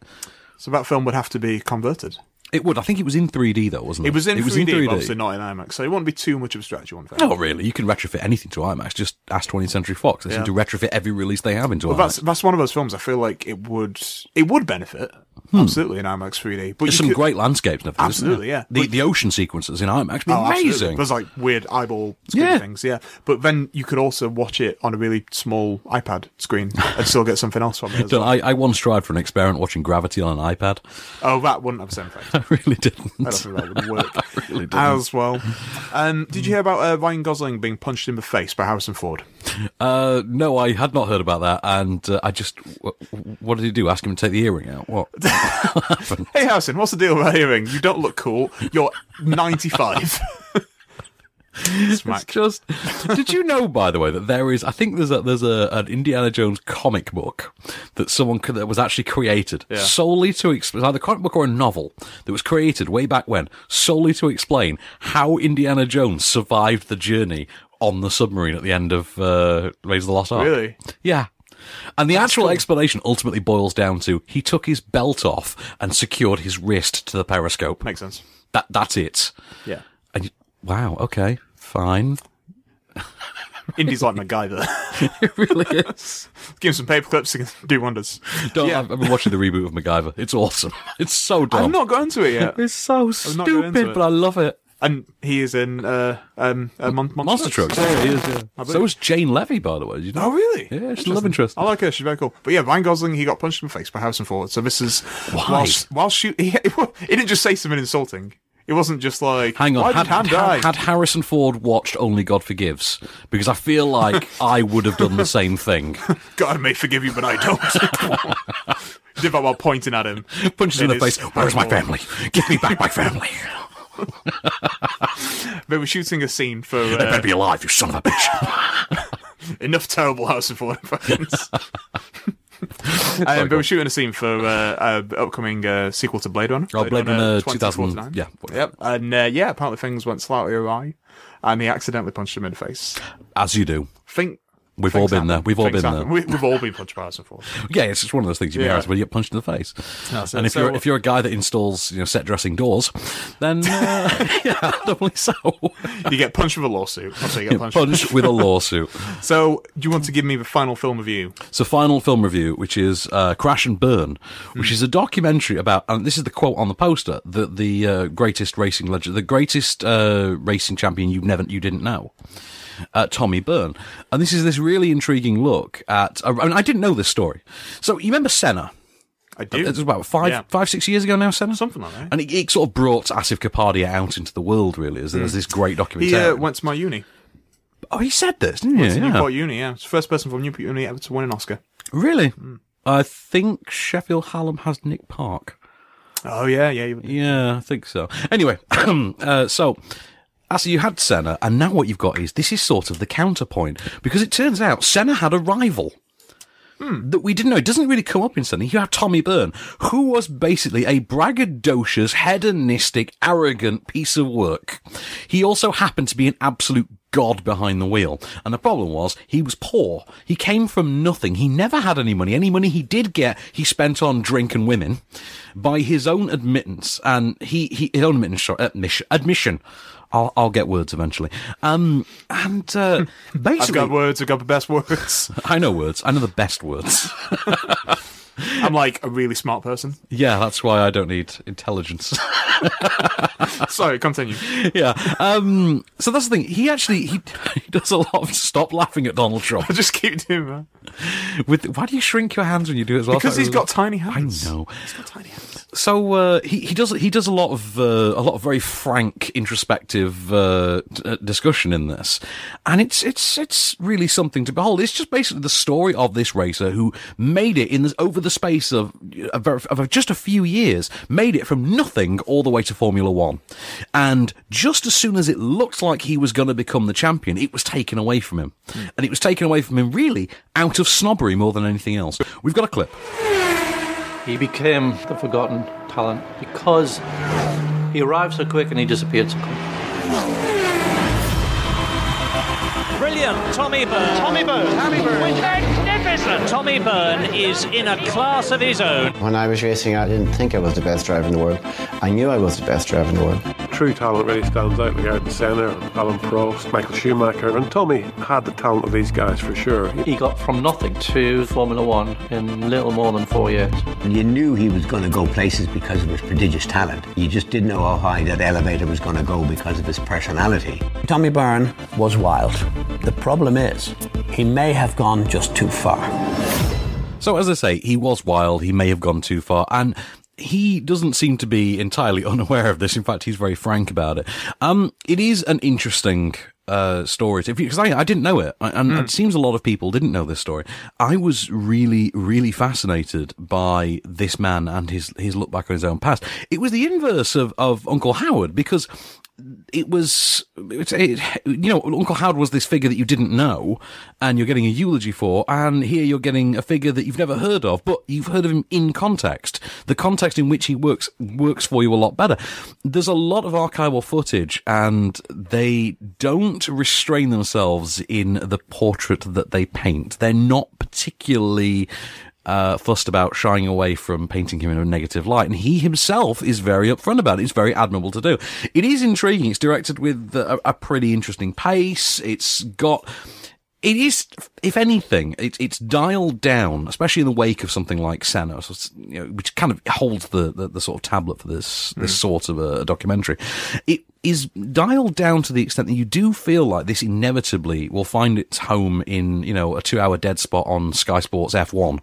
So that film would have to be converted. It would. I think it was in 3D though, wasn't Hmm. it? It was in 3D, but obviously not in IMAX. So it wouldn't be too much of a stretch, you wouldn't think. No, really. You can retrofit anything to IMAX. Just ask 20th Century Fox. They seem Yeah. to retrofit every release they have into Well, IMAX. that's that's one of those films. I feel like it would it would benefit absolutely in IMAX 3D. But you Hmm. There's some could- great landscapes, and everything, isn't there? Absolutely, yeah. The, But- the ocean sequences in IMAX be Oh, absolutely. amazing. There's like weird eyeball screen Yeah. things, yeah. But then you could also watch it on a really small iPad screen and still get something else from it. As Don't- well. I, I once tried for an experiment watching Gravity on an iPad. Oh, that wouldn't have the same effect. I really I don't didn't. think that would work really didn't. as well. Um, did you hear about uh, Ryan Gosling being punched in the face by Harrison Ford? Uh, no, I had not heard about that, and uh, I just wh- wh- what did he do? Ask him to take the earring out? What? Hey, Harrison, what's the deal with that hearing? You don't look cool. You're 95. It's Smack. just. Did you know, by the way, that there is? I think there's a there's a an Indiana Jones comic book that someone could, that was actually created Yeah. solely to explain either a comic book or a novel that was created way back when solely to explain how Indiana Jones survived the journey on the submarine at the end of uh, Raiders of the Lost Ark. Really? Yeah. And the actual explanation ultimately boils down to he took his belt off and secured his wrist to the periscope. Makes sense. That that's it. Yeah. And you, wow, okay, fine. Indy's like MacGyver. It really is. Give him some paper clips, he can do wonders. Don't, Yeah. I've, I've been watching the reboot of MacGyver. It's awesome. It's so dumb. I've not got into it yet. it's so not got into stupid, it. but I love it. And he is in uh, um, uh, Mon- Monster Trucks. So is Jane Levy, by the way. Did you know? Oh, really? Yeah, she's a Interesting. love interest. I like her. She's very cool. But yeah, Ryan Gosling, he got punched in the face by Harrison Ford. So this is Why? Whilst, whilst she, he, he didn't just say something insulting. It wasn't just like, Hang on, Why had, did Han die? had, had Harrison Ford watched Only God Forgives? Because I feel like I would have done the same thing. God may forgive you, but I don't. Did that while pointing at him. Punches in the It face. is Where's my horrible. family? Give me back my family. They were shooting a scene for They uh, better be alive, you son of a bitch. enough terrible Harrison Ford impressions. um, they were shooting a scene for uh, uh, upcoming uh, sequel to Blade Runner. Oh, Blade Runner 2049. 2000, yeah. Yep. And uh, yeah, apparently things went slightly awry, and he accidentally punched him in the face. As you do. Think We've all things been there. happen. We've all Things been happen. there. We, we've all been punched by Harrison Ford. Yeah, it's just one of those things you Yeah. yeah. when you get punched in the face. so- and if so- you're if you're a guy that installs you know set dressing doors, then uh, yeah, doubly so. You get punched with a lawsuit. I'll say you get punched. Punch with a lawsuit. So, do you want to give me the final film review? So, final film review, which is uh, Crash and Burn, which is a documentary about, and this is the quote on the poster, that the uh, greatest racing legend, the greatest uh, racing champion you never, you didn't know, uh, Tommy Byrne, and this is this really intriguing look at. uh, I mean, I didn't know this story. So, you remember Senna? I do. It was about five, Yeah. five, six years ago now, Senna? Something like that. And it, it sort of brought Asif Kapadia out into the world, really, as there's this great He documentary. uh, went to my uni. oh, he said this, didn't he? It's Yeah. Newport Uni, yeah. It's the first person from Newport Uni ever to win an Oscar. Really? I think Sheffield Hallam has Nick Park. Oh, yeah, yeah. you- Yeah, I think so. Anyway, uh, so. as you had Senna, and now what you've got is this is sort of the counterpoint because it turns out Senna had a rival that we didn't know. It doesn't really come up in Senna. You have Tommy Byrne, who was basically a braggadocious, hedonistic, arrogant piece of work. He also happened to be an absolute god behind the wheel. And the problem was he was poor. He came from nothing. He never had any money. Any money he did get, he spent on drink and women by his own admittance. And he, he his own admittance, sorry, admission, admission. I'll, I'll get words eventually. Um, and, uh, I've basically, got words, I've got the best words. I know words. I know the best words. I'm like a really smart person. Yeah, that's why I don't need intelligence. Sorry, continue. yeah. Um, so that's the thing. He actually he, he does a lot of stop laughing at Donald Trump. I just keep doing that. With why do you shrink your hands when you do it as well? Because he's got tiny I hands. know. Tiny hands. So uh, he he does he does a lot of uh, a lot of very frank introspective uh, d- uh, discussion in this, and it's it's it's really something to behold. It's just basically the story of this racer who made it in this over the space of of, of just a few years, made it from nothing all the way to Formula One, and just as soon as it looked like he was going to become the champion, it was taken away from him, and it was taken away from him really out of snobbery more than anything else. We've got a clip. He became the forgotten talent because he arrived so quick and he disappeared so quick. Brilliant, Tommy Byrne. Tommy Byrne. Tommy Byrne. Magnificent. Tommy Byrne is in a class of his own. When I was racing, I didn't think I was the best driver in the world. I knew I was the best driver in the world. true talent really stands out. Like Aaron Senna, Alan Prost, Michael Schumacher, and Tommy had the talent of these guys for sure. He got from nothing to Formula One in little more than four years. And you knew he was going to go places because of his prodigious talent. You just didn't know how high that elevator was going to go because of his personality. Tommy Byrne was wild. The problem is, he may have gone just too far. So, as I say, he was wild. He may have gone too far. And he doesn't seem to be entirely unaware of this. In fact, he's very frank about it. Um, it is an interesting uh, story. If because I, I didn't know it, I, and it seems a lot of people didn't know this story. I was really, really fascinated by this man and his his look back on his own past. It was the inverse of of Uncle Howard because it was, it's it, you know, Uncle Howard was this figure that you didn't know, and you're getting a eulogy for, and here you're getting a figure that you've never heard of, but you've heard of him in context. The context in which he works works for you a lot better. There's a lot of archival footage, and they don't restrain themselves in the portrait that they paint. They're not particularly uh, fussed about shying away from painting him in a negative light. And he himself is very upfront about it. It's very admirable to do. It is intriguing. It's directed with uh, a, a pretty interesting pace. It's got. It is, if anything, it, it's dialed down, especially in the wake of something like Senna, so it's, you know, which kind of holds the, the, the sort of tablet for this this Mm. sort of a documentary. It is dialed down to the extent that you do feel like this inevitably will find its home in you know a two hour dead spot on Sky Sports F one.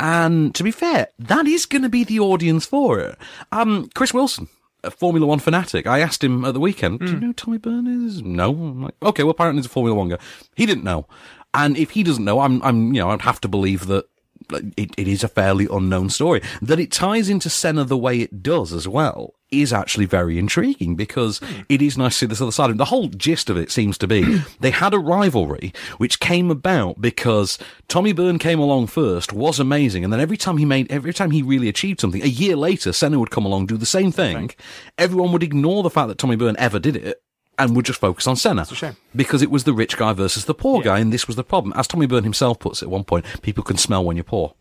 And to be fair, that is going to be the audience for it. Um, Chris Wilson, a Formula One fanatic, I asked him at the weekend, "Do you know who Tommy Byrne is?" No. I'm like, okay, well, apparently he's a Formula One guy. He didn't know, and if he doesn't know, I'm, I'm, you know, I'd have to believe that. like, It, it is a fairly unknown story. That it ties into Senna the way it does as well is actually very intriguing because it is nice to see this other side of it. The whole gist of it seems to be they had a rivalry which came about because Tommy Byrne came along first, was amazing, and then every time he made every time he really achieved something, a year later Senna would come along, do the same thing. Everyone would ignore the fact that Tommy Byrne ever did it and would just focus on Senna. It's a shame. Because it was the rich guy versus the poor guy, and this was the problem. As Tommy Byrne himself puts it at one point, people can smell when you're poor.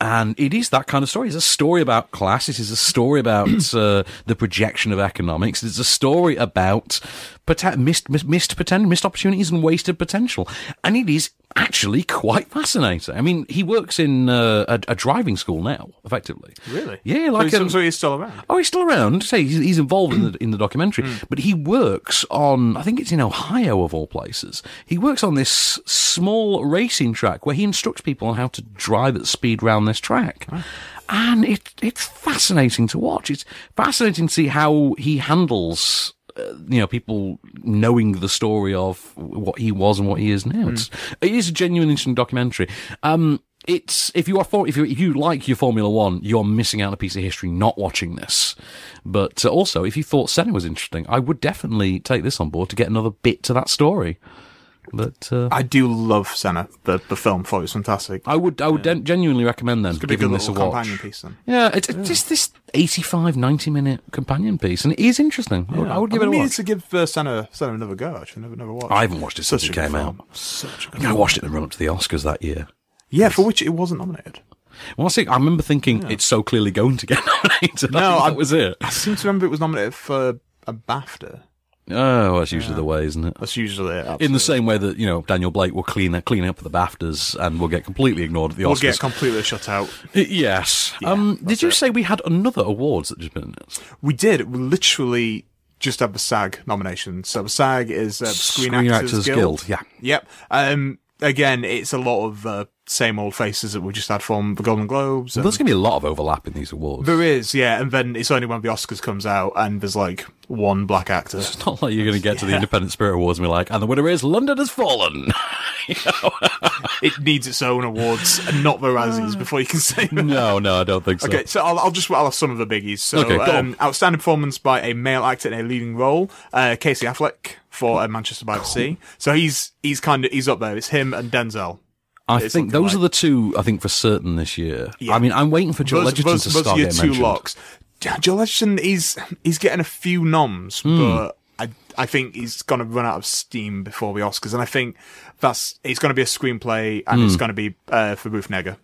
And it is that kind of story. It's a story about class. It is a story about uh, the projection of economics. It's a story about poten- missed, missed, missed, poten- missed opportunities and wasted potential. And it is actually quite fascinating. I mean, he works in uh, a, a driving school now, effectively. Really? Yeah, like so, he's- um, so he's still around. Oh, he's still around. Say he's, he's involved in the in the documentary, but he works on. I think it's in Ohio of all places. He works on this small racing track where he instructs people on how to drive at speed round this track. And it it's fascinating to watch. It's fascinating to see how he handles, uh, you know, people knowing the story of what he was and what he is now. It's, it is a genuine interesting documentary. Um, it's if you are for, if you if you like your Formula One, you're missing out on a piece of history not watching this. But uh, also, if you thought Senna was interesting, I would definitely take this on board to get another bit to that story. But uh, I do love Senna, the, the film. Thought it was fantastic. I would I would gen- genuinely recommend them It's gonna be a giving good this a little watch. companion piece then. Yeah, it's, it's just this 85, 90 minute companion piece, and it is interesting. I would, I would give I it a mean, watch. it's to give uh, Senna, Senna another go. Actually, never, never watched. I haven't watched it since Such it a good came film. out. Such I a good think I film. watched it in the run up to the Oscars that year. Yeah, for which it wasn't nominated. Well, I, see, I remember thinking it's so clearly going to get nominated. No, that was it. I seem to remember it was nominated for a BAFTA. Oh, that's usually the way, isn't it? That's usually it. In the same way that you know Daniel Blake will clean clean up the Baftas and will get completely ignored at the We'll Oscars. get completely shut out. yes. um, did you say we had another awards that just been announced? We did. We literally just had the SAG nomination. So the SAG is uh, Screen, Screen Actors, Actors Guild. Guild, yeah. Yep. Um, again, it's a lot of uh, same old faces that we just had from the Golden Globes. There's going to be a lot of overlap in these awards. There is, yeah. And then it's only when the Oscars comes out and there's like one black actor. It's not like you're going to get to the Independent Spirit Awards and be like, and the winner is London has fallen. it needs its own awards and not the Ah. Razzies before you can say no, no, I don't think so. Okay, so I'll, I'll just I'll have some of the biggies. So, Okay, go um, outstanding performance by a male actor in a leading role, uh, Casey Affleck for uh, Manchester by the Sea. So he's he's kind of he's up there. It's him and Denzel. I It's think looking those like- are the two. I think for certain this year. I mean, I'm waiting for Joel Those- Edgerton those- to those start are your getting two mentioned. locks. Jo- Joel Edgerton he's he's getting a few noms, Hmm. but I I think he's going to run out of steam before the Oscars, and I think that's it's going to be a screenplay and Hmm. it's going to be uh, for Ruth Negger.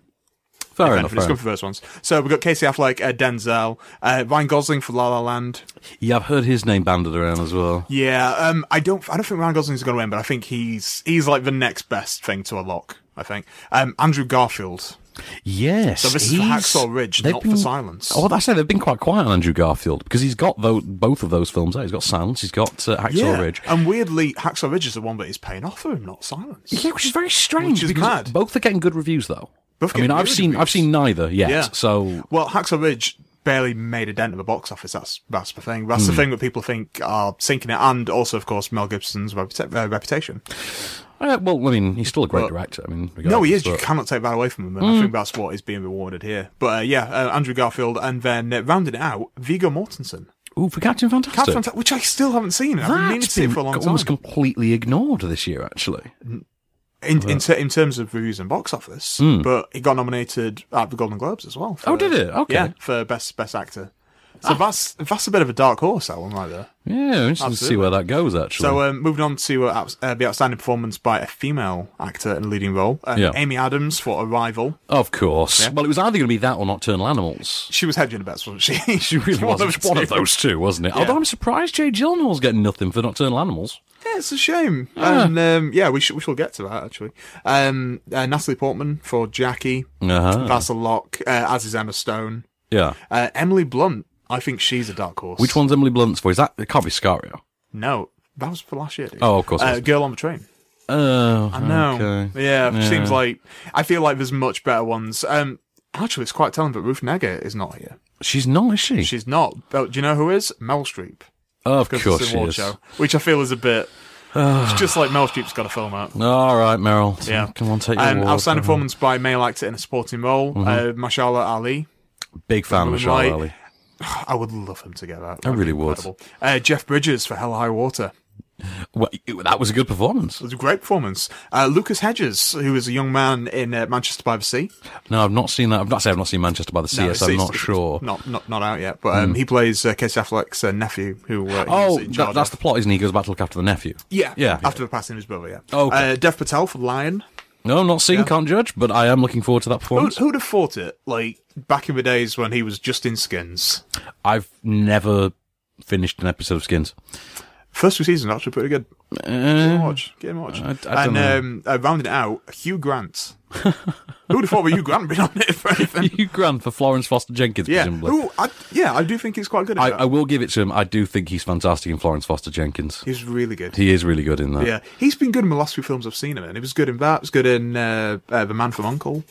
Fair if enough, anybody's fair gone enough. for first ones. So we've got Casey Affleck, uh, Denzel, uh, Ryan Gosling for La La Land. Yeah, I've heard his name banded around as well. Yeah, um, I don't, I don't think Ryan Gosling's going to win, but I think he's he's like the next best thing to a lock. I think um, Andrew Garfield. Yes, So this is for he's- Hacksaw Ridge, they've not for Silence. Oh, I say they've been quite quiet on Andrew Garfield because he's got tho- both of those films out. He's got Silence, he's got uh, Hacksaw yeah. Ridge. And weirdly, Hacksaw Ridge is the one that is paying off for him, not Silence. Yeah, which is very strange. Which is because mad. Both are getting good reviews though. Both I mean, getting I've good seen I've reviews. seen neither yet. Yeah. So Well, Hacksaw Ridge barely made a dent at the box office. That's that's the thing. That's the Hmm. thing that people think are sinking it, and also, of course, Mel Gibson's reputa- uh, reputation. uh, well, I mean, he's still a great Well, director. I mean, No, he is. You regardless, cannot take that away from him, and Hmm. I think that's what is being rewarded here. But uh, yeah, uh, Andrew Garfield, and then uh, rounded it out, Vigo Mortensen. but- Ooh, for Captain Fantastic. Captain Fanta- which I still haven't seen. I've been meaning to That's see it been for a long time. almost completely ignored this year, actually. in Uh-huh. in, ter- in terms of reviews and box office, Mm. but it got nominated at the Golden Globes as well. Oh, did it? Okay. Ah. yeah, for best best actor. So that's that's a bit of a dark horse that one right there. Yeah, interesting to see Absolutely. where that goes. Actually, So um, moving on to uh, outs- uh, the outstanding performance by a female actor in a leading role, um, Yeah. Amy Adams for Arrival. of course. Yeah. Well, it was either going to be that or Nocturnal Animals. She was hedging the bets, wasn't she? She really was. It was one of two. those two, wasn't it? Yeah. Although I'm surprised Jay Gyllenhaal's getting nothing for Nocturnal Animals. Yeah, it's a shame. Ah. And um, yeah, we, sh- we shall get to that actually. Um, uh, Natalie Portman for Jackie. Uh-huh. That's a lock. Uh, as is Emma Stone. Yeah. Uh, Emily Blunt. I think she's a dark horse. Which one's Emily Blunt's for? Is that it can't be Scario? No, that was for last year. Dude. Oh, of course it Uh, was. Girl on the Train. Oh, I know. okay. Yeah, Yeah. seems like I feel like there's much better ones. Um, actually, it's quite telling, but Ruth Negga is not here. She's not, is she? She's not. But do you know who is? Mel Streep. Of Because course it's she an award is. show, which I feel is a bit. it's just like Mel Streep's got a film out. All right, Meryl. Yeah, come on, take your Uh-huh. um, award. Outstanding Come on. Mm-hmm. performance by male actor in a supporting role, uh, Mashallah Ali. Big fan of Moonlight. Michelle Ali. I would love him to get that. I That'd be really would. incredible. Uh, Jeff Bridges for Hell or High Water. Well, it- that was a good performance. It was a great performance. Uh, Lucas Hedges, who is a young man in uh, Manchester by the Sea. No, I've not seen that. I've not said I've not seen Manchester by the Sea. No, yet, so it's- I'm it's- not it's sure. Not not not out yet, but um, Mm. he plays uh, Casey Affleck's uh, nephew, who uh, Oh, he's in that, charge that's of. the plot, isn't he? He goes back to look after the nephew. yeah, yeah. after the passing of his brother. Yeah. Oh, okay. Uh, Dev Patel for Lion. No, I'm not seen. Can't judge, but I am looking forward to that Who, performance. who'd have thought it? Like back in the days when he was just in Skins. I've never finished an episode of Skins. First two seasons actually pretty good. Get him watch. Get him watch. Eh, I- I don't and know. um, uh, rounding it out, Hugh Grant. Who'd have thought were Hugh Grant been on it for anything? Hugh Grant for Florence Foster Jenkins, Yeah. presumably. Who? I, yeah, I do think he's quite good. At I, that. I will give it to him. I do think he's fantastic in Florence Foster Jenkins. he's really good. He is really good in that. Yeah, he's been good in the last few films I've seen him in. He was good in that. He was good in uh, uh, The Man from Uncle.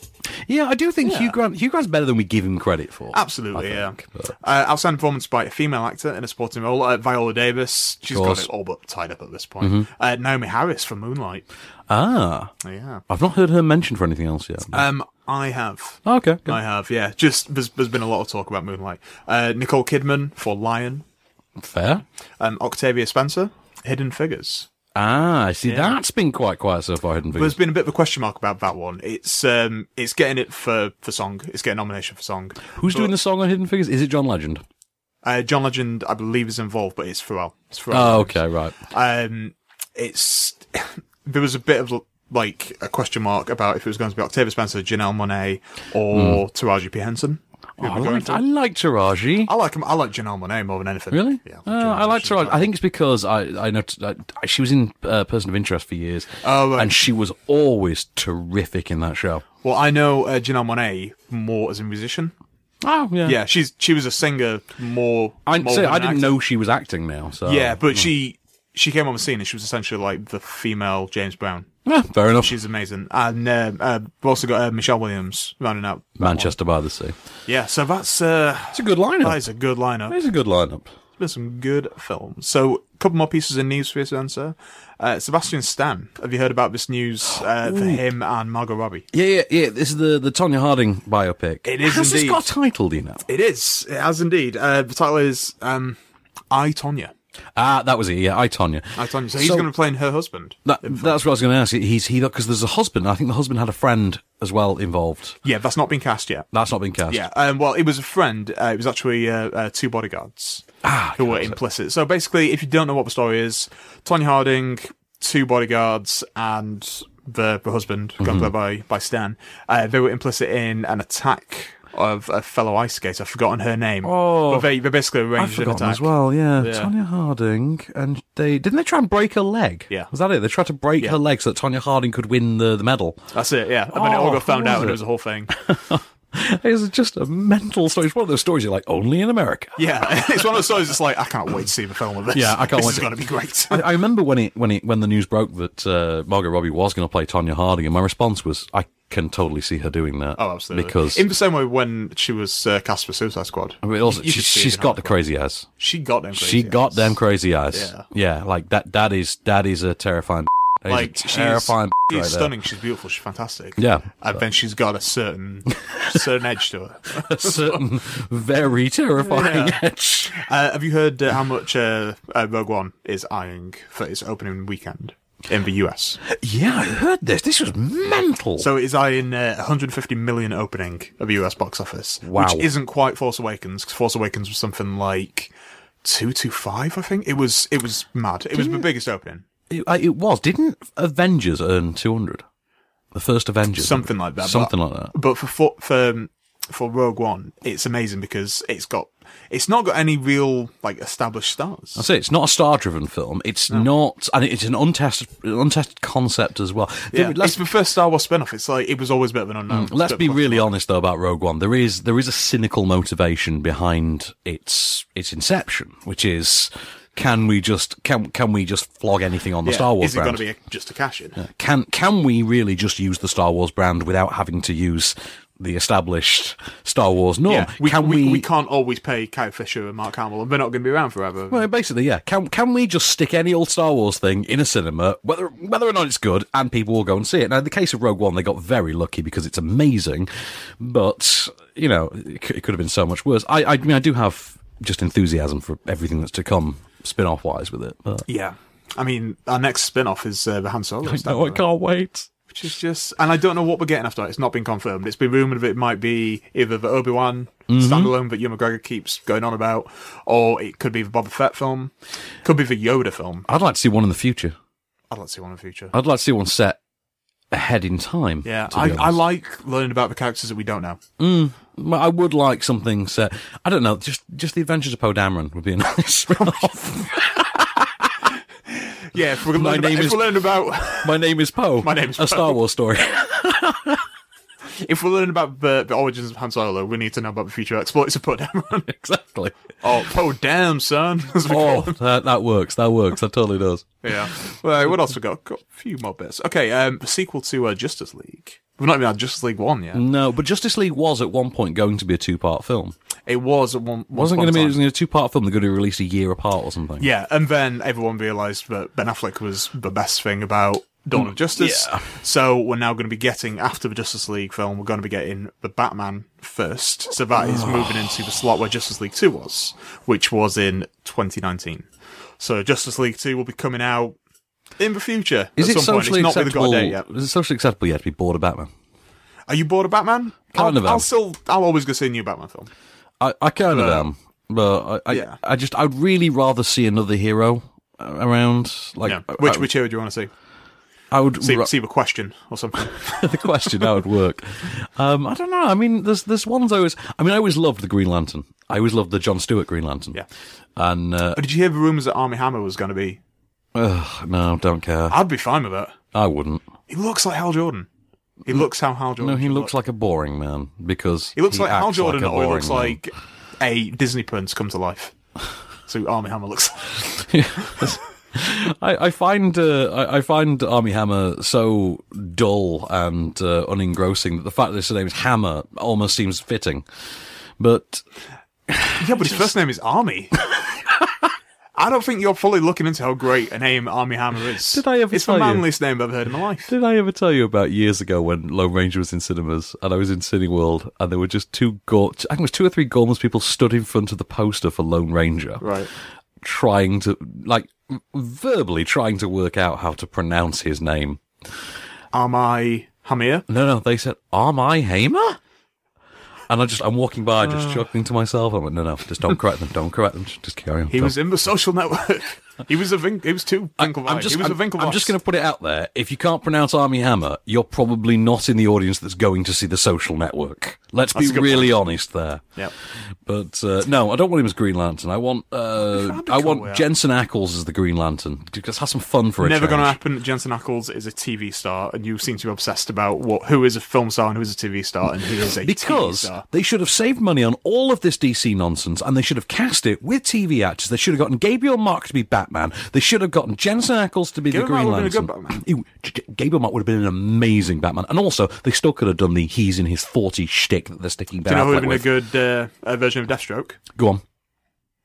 Yeah, I do think Yeah. Hugh Grant. Hugh Grant's better than we give him credit for. Absolutely, I yeah. think, Uh, outstanding performance by a female actor in a supporting role. Uh, Viola Davis. She's got course. it all but tied up at this point. Mhm. Uh, Naomi Harris from Moonlight. Ah, Yeah. I've not heard her mentioned for anything else yet. Um, I have. Ah, okay, good. I have, yeah. Just there's, there's been a lot of talk about Moonlight. Uh, Nicole Kidman for Lion. fair. Um, Octavia Spencer, Hidden Figures. Ah, I see. Yeah. That's been quite quiet so far. Hidden There's Figures. been a bit of a question mark about that one. It's um, it's getting it for, for song. It's getting nomination for song. Who's But- doing the song on Hidden Figures? Is it John Legend? Uh, John Legend, I believe, is involved, but it's Pharrell. It's Pharrell. Oh, okay, right. Um, it's there was a bit of like a question mark about if it was going to be Octavia Spencer, Janelle Monet, or Hmm. Taraji P Henson. who Oh, I we're going liked, for. I liked Taraji. I like him. I like Janelle Monet more than anything. Really? Yeah. Uh, Janelle I liked Monet's her. fine. I think it's because I I know I, I- she was in uh, Person of Interest for years. Oh, right. and she was always terrific in that show. Well, I know uh, Janelle Monet more as a musician. Oh Yeah, she's she was a singer more. I more say than I an didn't actor. know she was acting now. So yeah, but she she came on the scene and she was essentially like the female James Brown. Ah, fair enough. She's amazing, and um, uh, we've also got uh, Michelle Williams rounding out that Manchester by the Sea. one. Yeah, so that's uh, It's a good lineup. that is a good lineup. It's a good lineup. It's been some good films. So, a couple more pieces of news for you, Spencer. Uh, Sebastian Stan, have you heard about this news uh, for Ooh. him and Margot Robbie? Yeah, yeah, yeah. This is the the Tonya Harding biopic. It is Has indeed. this got a title? Do you know? It is. It has indeed. Uh, the title is um, I Tonya. Ah, that was it. Yeah, I Tonya. I Tonya. So he's So- going to be playing her husband. That, that's what I was going to ask. He's he because there's a husband. I think the husband had a friend as well involved. Yeah, that's not been cast yet. That's not been cast. Yeah, um, well, it was a friend. Uh, it was actually uh, uh, two bodyguards Ah, who were implicit. So basically, if you don't know what the story is, Tony Harding, two bodyguards, and the, the husband, gunpowder Mhm. by by Stan, uh, they were implicit in an attack of a fellow ice skater. I've forgotten her name. Oh. but they, they basically I've arranged an forgotten attack as well. Yeah. Yeah. Tonya Harding and they didn't they try and break her leg. Yeah. was that it? They tried to break her leg so that Tonya Harding could win the, the medal. That's it. Yeah, and then it Oh, all got found what out, was it? and it was a whole thing. It's just a mental story. It's one of those stories you're like only in America. Yeah, it's one of those stories. It's like I can't wait to see the film of this. Yeah, I can't This wait is to- going to be great. I, I remember when it when it when the news broke that uh, Margot Robbie was going to play Tonya Harding, and my response was, I can totally see her doing that. Oh, absolutely. Because in the same way when she was uh, cast for Suicide Squad, I mean, also, you she, could see she's it in got her. the crazy eyes. She got them. Crazy she got eyes. them crazy eyes. Yeah. like that. That is that is a terrifying. that is a Like she's terrifying. She's right there. stunning. She's beautiful. She's fantastic. Yeah. and then she's got a certain certain edge to her. A certain very terrifying Yeah. edge. Uh, have you heard uh, how much uh, uh, Rogue One is eyeing for its opening weekend in the US? Yeah, I heard this. This was mental. So it is eyeing uh, 150 million opening of the US box office, Wow. which isn't quite Force Awakens because Force Awakens was something like two two five, I think. It was it was mad. It was the Didn't- biggest opening. it, I- it was. Didn't Avengers earn two hundred? The first Avengers, something like that. Something but, like that. But for for for, um, for Rogue One, it's amazing because it's got it's not got any real like established stars. I say it's not a star-driven film. It's not, and it's an untested, untested concept as well. Yeah, Let's it's the first Star Wars spin-off. It's like it was always a bit of an unknown. Mm, Let's But- be really honest though about Rogue One. There is there is a cynical motivation behind its its inception, which is can we just can can we just flog anything on the yeah, Star Wars Is it going brand? to be a, just a cash in? can can we really just use the Star Wars brand without having to use the established Star Wars norm? Yeah, we, can we, we can't always pay Carrie Fisher and Mark Hamill, and they're not going to be around forever. well, basically, yeah. Can can we just stick any old Star Wars thing in a cinema, whether whether or not it's good, and people will go and see it? Now, in the case of Rogue One, they got very lucky because it's amazing, but you know, it, c- it could have been so much worse. I, I mean, I do have just enthusiasm for everything that's to come, spin-off wise, with it. But. yeah, I mean, our next spin-off is uh, the Han Solo. Star No, I Wars, can't wait. Which is just, and I don't know what we're getting after. that. It's not been confirmed. It's been rumored that it might be either the Obi Wan Mhm. standalone that Ewan McGregor keeps going on about, or it could be the Boba Fett film, could be the Yoda film. I'd like to see one in the future. I'd like to see one in the future. I'd like to see one set ahead in time. yeah, Uh, to I, be I honest. like learning about the characters that we don't know. Mm, well, I would like something set. I don't know. Just just the Adventures of Poe Dameron would be a nice spin-off. Yeah, if we're My learning about, name if is- we're learning about My name is Poe. My name is a Star Wars story. If we're learning about the, the origins of Han Solo, we need to know about the future exploits of Poe Dameron. exactly. Oh, Poe Dam, son. as we Oh, call him. that, that works. That works. That totally does. Yeah. Well, what else we got? Got a few more bits. Okay, um, the sequel to uh, Justice League. We've not even had Justice League 1 yet. No, but Justice League was at one point going to be a two-part film. It was at one. wasn't going to to be it was gonna be a two-part film. They're going to release a year apart or something. Yeah, and then everyone realised that Ben Affleck was the best thing about Dawn of Justice. Mm, yeah. So we're now going to be getting, after the Justice League film, we're going to be getting the Batman first. So that is moving into the slot where Justice League 2 was, which was in 2019. So Justice League 2 will be coming out in the future. Is at it some point. socially It's not really got acceptable? a date yet. Is it socially acceptable yet to be bored of Batman? Are you bored of Batman? Kind of I'll, um, am. I'll still, I'll always go see a new Batman film. I, I kind of Uh, am, but I, I, yeah. I just I'd really rather see another hero uh, around. Like um, yeah. I- Which, I, which hero do you want to see? I would See, ra- see the question or something. the question how it would work. Um, I don't know. I mean, there's there's ones I always. I mean, I always loved the Green Lantern. I always loved the John Stewart Green Lantern. Yeah. And uh, But Oh, did you hear the rumours that Army Hammer was going to be? ugh, no, don't care. I'd be fine with it. I wouldn't. He looks like Hal Jordan. He looks how Hal Jordan. No, he should looks look. like a boring man because He looks like Hal acts Jordan, like a or he boring looks man. like a Disney prince come to life. So Army Hammer looks. I, I find uh, I, I find Army Hammer so dull and uh, unengrossing that the fact that his name is Hammer almost seems fitting. But yeah, but his first name is Army. I don't think you're fully looking into how great a name Army Hammer is. Did I ever It's the tell you? manliest name I've ever heard in my life. Did I ever tell you about years ago when Lone Ranger was in cinemas and I was in Cineworld and there were just two, Gor- I think it was two or three Gormans people stood in front of the poster for Lone Ranger, Right. trying to like verbally trying to work out how to pronounce his name. Army Hamir. No, no, they said, "Am I Hamer?" And I just, I'm walking by, Ah. just chuckling to myself. I'm like, no, no, just don't correct them, don't correct them, just, just carry on. He Don't- was in the social network. He was a Vin- he was too Winklevi. I'm just, he was I'm, a Winklevoss. I'm just going to put it out there. If you can't pronounce Army Hammer, you're probably not in the audience that's going to see the social network. Let's That's a be good really honest there. Yep. But uh, no, I don't want him as Green Lantern. I want uh, I want yeah. Jensen Ackles as the Green Lantern. Just have some fun for a Never change. going to happen. Jensen Ackles is a TV star, and you seem to be obsessed about what who is a film star and who is a TV star and who is a TV because star. they should have saved money on all of this DC nonsense and they should have cast it with TV actors. They should have gotten Gabriel Mark to be Batman. They should have gotten Jensen Ackles to be the Gabriel Green Mark would've been a Lantern. good Ew, J- J- Gabriel Mark would have been an amazing Batman. And also, they still could have done the he's in his 40 shtick that they're sticking Do you Ben know who would Affleck have been a with. good uh, uh, version of Deathstroke? Go on.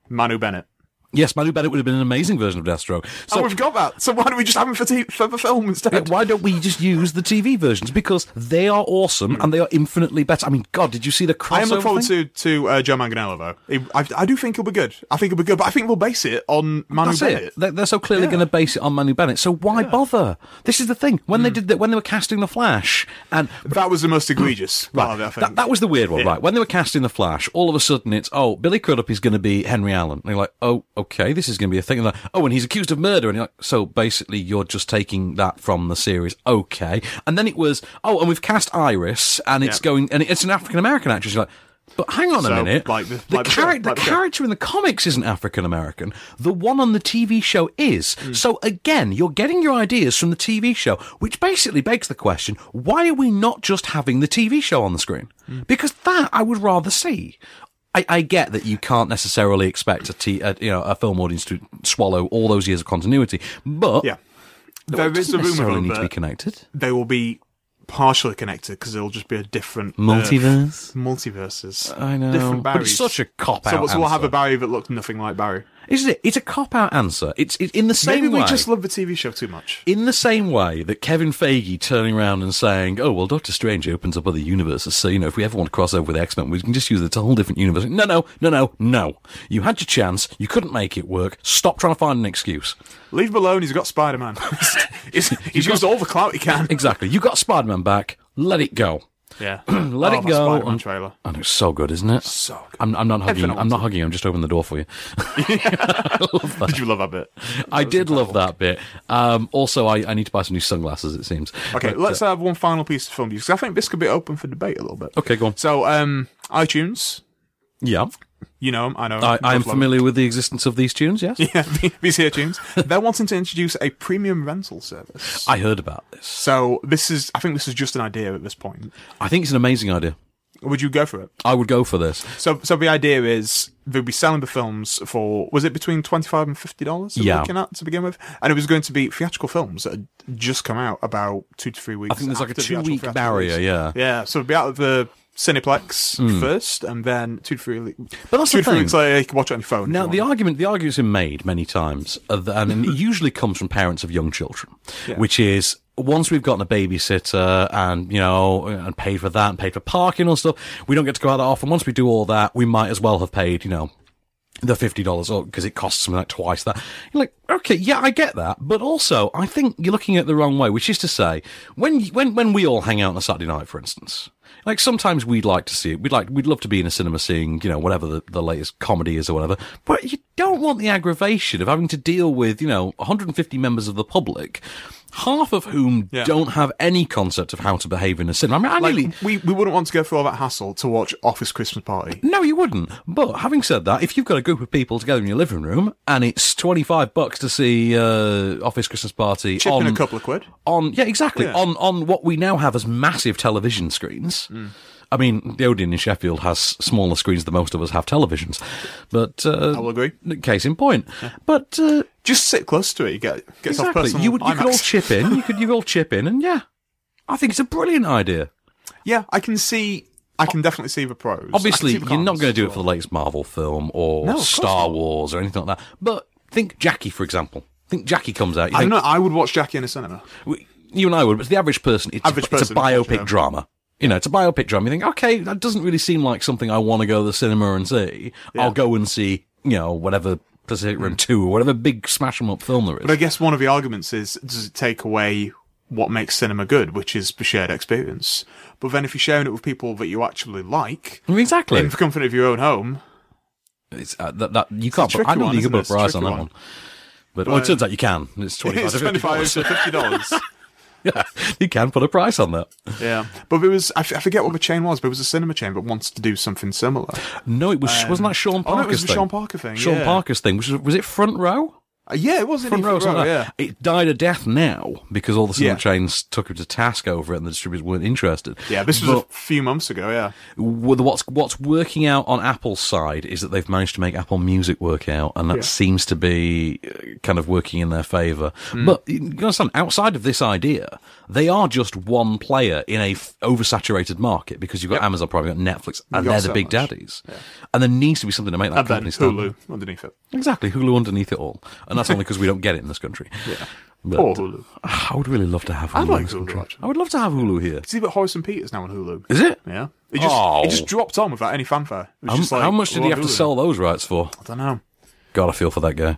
Manu Bennett. Yes, Manu Bennett would have been an amazing version of Deathstroke. So oh, we've got that. So why don't we just have him for, t- for the film instead? Yeah, why don't we just use the TV versions? Because they are awesome and they are infinitely better. I mean, God, did you see the crossover I am looking forward thing? to to uh, Joe Manganiello though. He- I, I do think he'll be good. I think he'll be good, but I think we'll base it on Manu That's Bennett. it. They're, they're so clearly going to base it on Manu Bennett. So why bother? This is the thing. When Mm. they did that, when they were casting the Flash, and That was the most egregious part of it. I think. that, that was the weird one, right? When they were casting the Flash, all of a sudden it's oh, Billy Crudup is going to be Henry Allen. And you're like, oh, okay, this is going to be a thing. And like, oh, and he's accused of murder. And you're like, so basically, you're just taking that from the series, okay? And then it was oh, and we've cast Iris, and it's Yeah. going, and it's an African American actress. You're like. But hang on So, a minute. like the- the like the show, character, like the the show. character in the comics isn't African American. The one on the TV show is. Mm. So again, you're getting your ideas from the TV show, which basically begs the question: Why are we not just having the TV show on the screen? Mm. Because that I would rather see. I, I get that you can't necessarily expect a, t- a you know a film audience to swallow all those years of continuity, but Yeah. it There is doesn't a rumor uh, necessarily though, need to be that connected. they will be partially connected because it'll just be a different uh, Multiverse? multiverses. I know. different But Barrys. it's such a cop-out So, so we'll have answer. a Barry that looked nothing like Barry. Isn't it? It's a cop out answer. It's, it's in the same Maybe way. we just love the TV show too much. In the same way that Kevin Feige turning around and saying, "Oh well, Doctor Strange opens up other universes, so you know if we ever want to cross over with X Men, we can just use it to a whole different universe." No, no, no, no, no. You had your chance. You couldn't make it work. Stop trying to find an excuse. Leave him alone. He's got Spider Man. he's he's used all the clout he can. Exactly. You got Spider Man back. Let it go. Yeah. Let Oh, it that go. Spider-Man and- trailer. And it's so good, isn't it? So good. I'm, I'm not hugging. Everything I you. I'm not hugging. you. I'm just opening the door for you. I love that. Did you love that bit? I did love that bit. Um, also, I, I need to buy some new sunglasses. It seems. Okay, But, let's uh, have one final piece of film news 'cause I think this could be open for debate a little bit. okay, go on. So, um, iTunes, Yeah, you know 'em, I know 'em, I, both I am love 'em. familiar with the existence of these tunes. Yes, Yeah, these here tunes. They're wanting to introduce a premium rental service. I heard about this. So this is, I think this is just an idea at this point. I think it's an amazing idea. Would you go for it? I would go for this. So, so the idea is they'll be selling the films for was it between twenty five and fifty dollars? Yeah. looking at to begin with, and it was going to be theatrical films that had just come out about two to three I weeks. think there's like a after the actual two-week theatrical barrier, release. yeah. Hmm. yeah. So it'll be out of the Cineplex first, and then two to three. le- But that's two the to three thing. weeks later, you can watch it on your phone. if Now you the want. argument the argument's been made many times, uh, th- and it usually comes from parents of young children, Yeah. which is once we've gotten a babysitter and you know and paid for that and paid for parking and stuff, we don't get to go out that often. Once we do all that, we might as well have paid you know the fifty dollars up because it costs something like twice that. You're like, okay, yeah, I get that, but also I think you're looking at it the wrong way, which is to say, when when when we all hang out on a Saturday night, for instance, like sometimes we'd like to see it, we'd like we'd love to be in a cinema seeing you know whatever the, the latest comedy is or whatever, but you don't want the aggravation of having to deal with you know 150 members of the public. Half of whom Yeah. don't have any concept of how to behave in a cinema. I mean, I like nearly, we we wouldn't want to go through all that hassle to watch Office Christmas Party. no, you wouldn't. But having said that, if you've got a group of people together in your living room and it's twenty five bucks to see uh, Office Christmas Party Chip on in a couple of quid. on yeah exactly Yeah. on on what we now have as massive television screens. Mm. I mean, the Odeon in Sheffield has smaller screens than most of us have televisions, but uh, I will agree. Case in point, but uh, Just sit close to it. You get gets off exactly, personal. you would you could all IMAX. chip in. You could you could all chip in, and yeah, I think it's a brilliant idea. Yeah, I can see. I can definitely see the pros. Obviously, you're not going to do it for the latest Marvel film or No, of course Star not. Wars or anything like that. But think Jackie, for example. Think Jackie comes out. You, I don't think, know. I would watch Jackie in a cinema. we- you and I would, but to the average person, it's, Average a, it's a person, of course, biopic yeah. drama. You know, it's a biopic drama. You think, okay, that doesn't really seem like something I want to go to the cinema and see. I'll go and see, you know, whatever Pacific Rim 2 or whatever big smash 'em up film there is. But I guess one of the arguments is does it take away what makes cinema good, which is the shared experience? But then if you're sharing it with people that you actually like, I mean, exactly. in the comfort of your own home, It's, uh, that, that, you can't a put, I tricky don't think one, you can isn't put it? a It's a price on tricky that one. Uh, one. But well, it turns out you can. It's twenty five It's to $25 to fifty dollars. yeah, you can put a price on that. Yeah, but it was I f- I forget what the chain was, but it was a cinema chain, but wants to do something similar. No, it was wasn't that Sean Oh, no, Parker's it was the thing? Sean Parker thing. Sean yeah. Parker's thing. Was, was it front row? Uh, yeah, it was in Front Front row, something like yeah. that. It died a death now because all the cinema Yeah. chains took him to task over it, and the distributors weren't interested. Yeah, this was But- a few months ago. Yeah, Well, the- What's what's working out on Apple's side is that they've managed to make Apple Music work out, and that Yeah. seems to be uh, kind of working in their favor. Mm. But you understand, outside of this idea, they are just one player in a f- oversaturated market because you've got Amazon Prime, you've got Netflix, and got they're the so big much. daddies, and there needs to be something to make that and then company stand Hulu underneath it. Exactly, Hulu underneath it all, and that's only because we don't get it in this country. Yeah. But Poor Hulu. I would really love to have Hulu. I'd like in this Hulu. country. actually. I would love to have Hulu here. See, but Horace and Peter's now on Hulu. Is it? Yeah. It just Oh. it just dropped on without any fanfare. It was How, just like, how much did we're he on have to Hulu. sell those rights for? I don't know. God, I feel for that guy.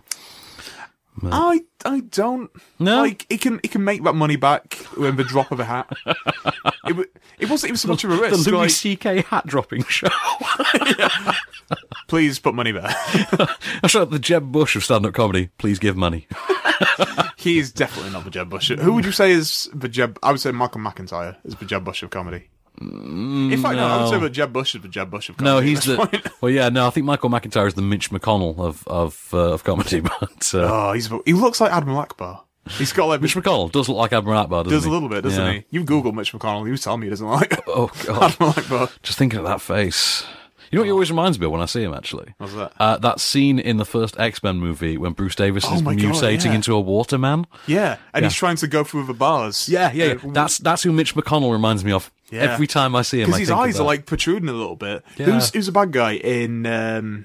I I don't. No? like it can it can make that money back with the drop of a hat. it, wa- it wasn't even so much of a risk. The Louis like, C.K. hat dropping show. please put money there. That's like the Jeb Bush of stand-up comedy. Please give money. he is definitely not the Jeb Bush. Who would you say is the Jeb? I would say Michael McIntyre is the Jeb Bush of comedy. In fact, no, I would say the Jeb Bush is the Jeb Bush of comedy. Mm, No, he's at this the. point. Well, yeah, no, I think Michael McIntyre is the Mitch McConnell of of uh, of comedy, but uh, Oh, he's he looks like Admiral Akbar. He's got like Mitch McConnell does look like Admiral Akbar, doesn't does he? a little bit, doesn't Yeah. he? You Google Mitch McConnell, you tell me he doesn't like Oh God! Admiral Akbar. Just thinking of that face. You know what he always reminds me of when I see him, actually? What's that? Uh, that scene in the first X Men movie when Bruce Davis Oh is my God, mutating yeah. into a waterman. Yeah, and Yeah. he's trying to go through the bars. Yeah, yeah, yeah. That's that's who Mitch McConnell reminds me of. Yeah. Every time I see him, because I his think eyes of that. are like protruding a little bit. Yeah. Who's who's a bad guy in, um,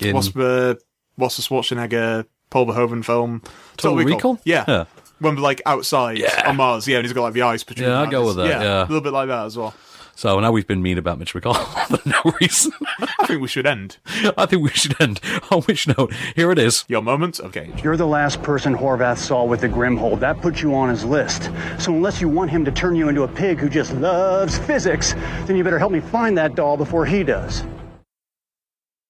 In- what's the what's the Schwarzenegger Paul Verhoeven film? Total Recall? Yeah. Yeah. When they're like outside on Mars, yeah, and he's got like the eyes protruding. Yeah, I'll like go this. with that, yeah. a little bit like that as well. So now we've been mean about Mitch McConnell for no reason. I think we should end I think we should end on which note. Here it is. your moment of game. You're the last person Horvath saw with the Grimhold. That puts you on his list. So unless you want him to turn you into a pig who just loves physics, then you better help me find that doll before he does.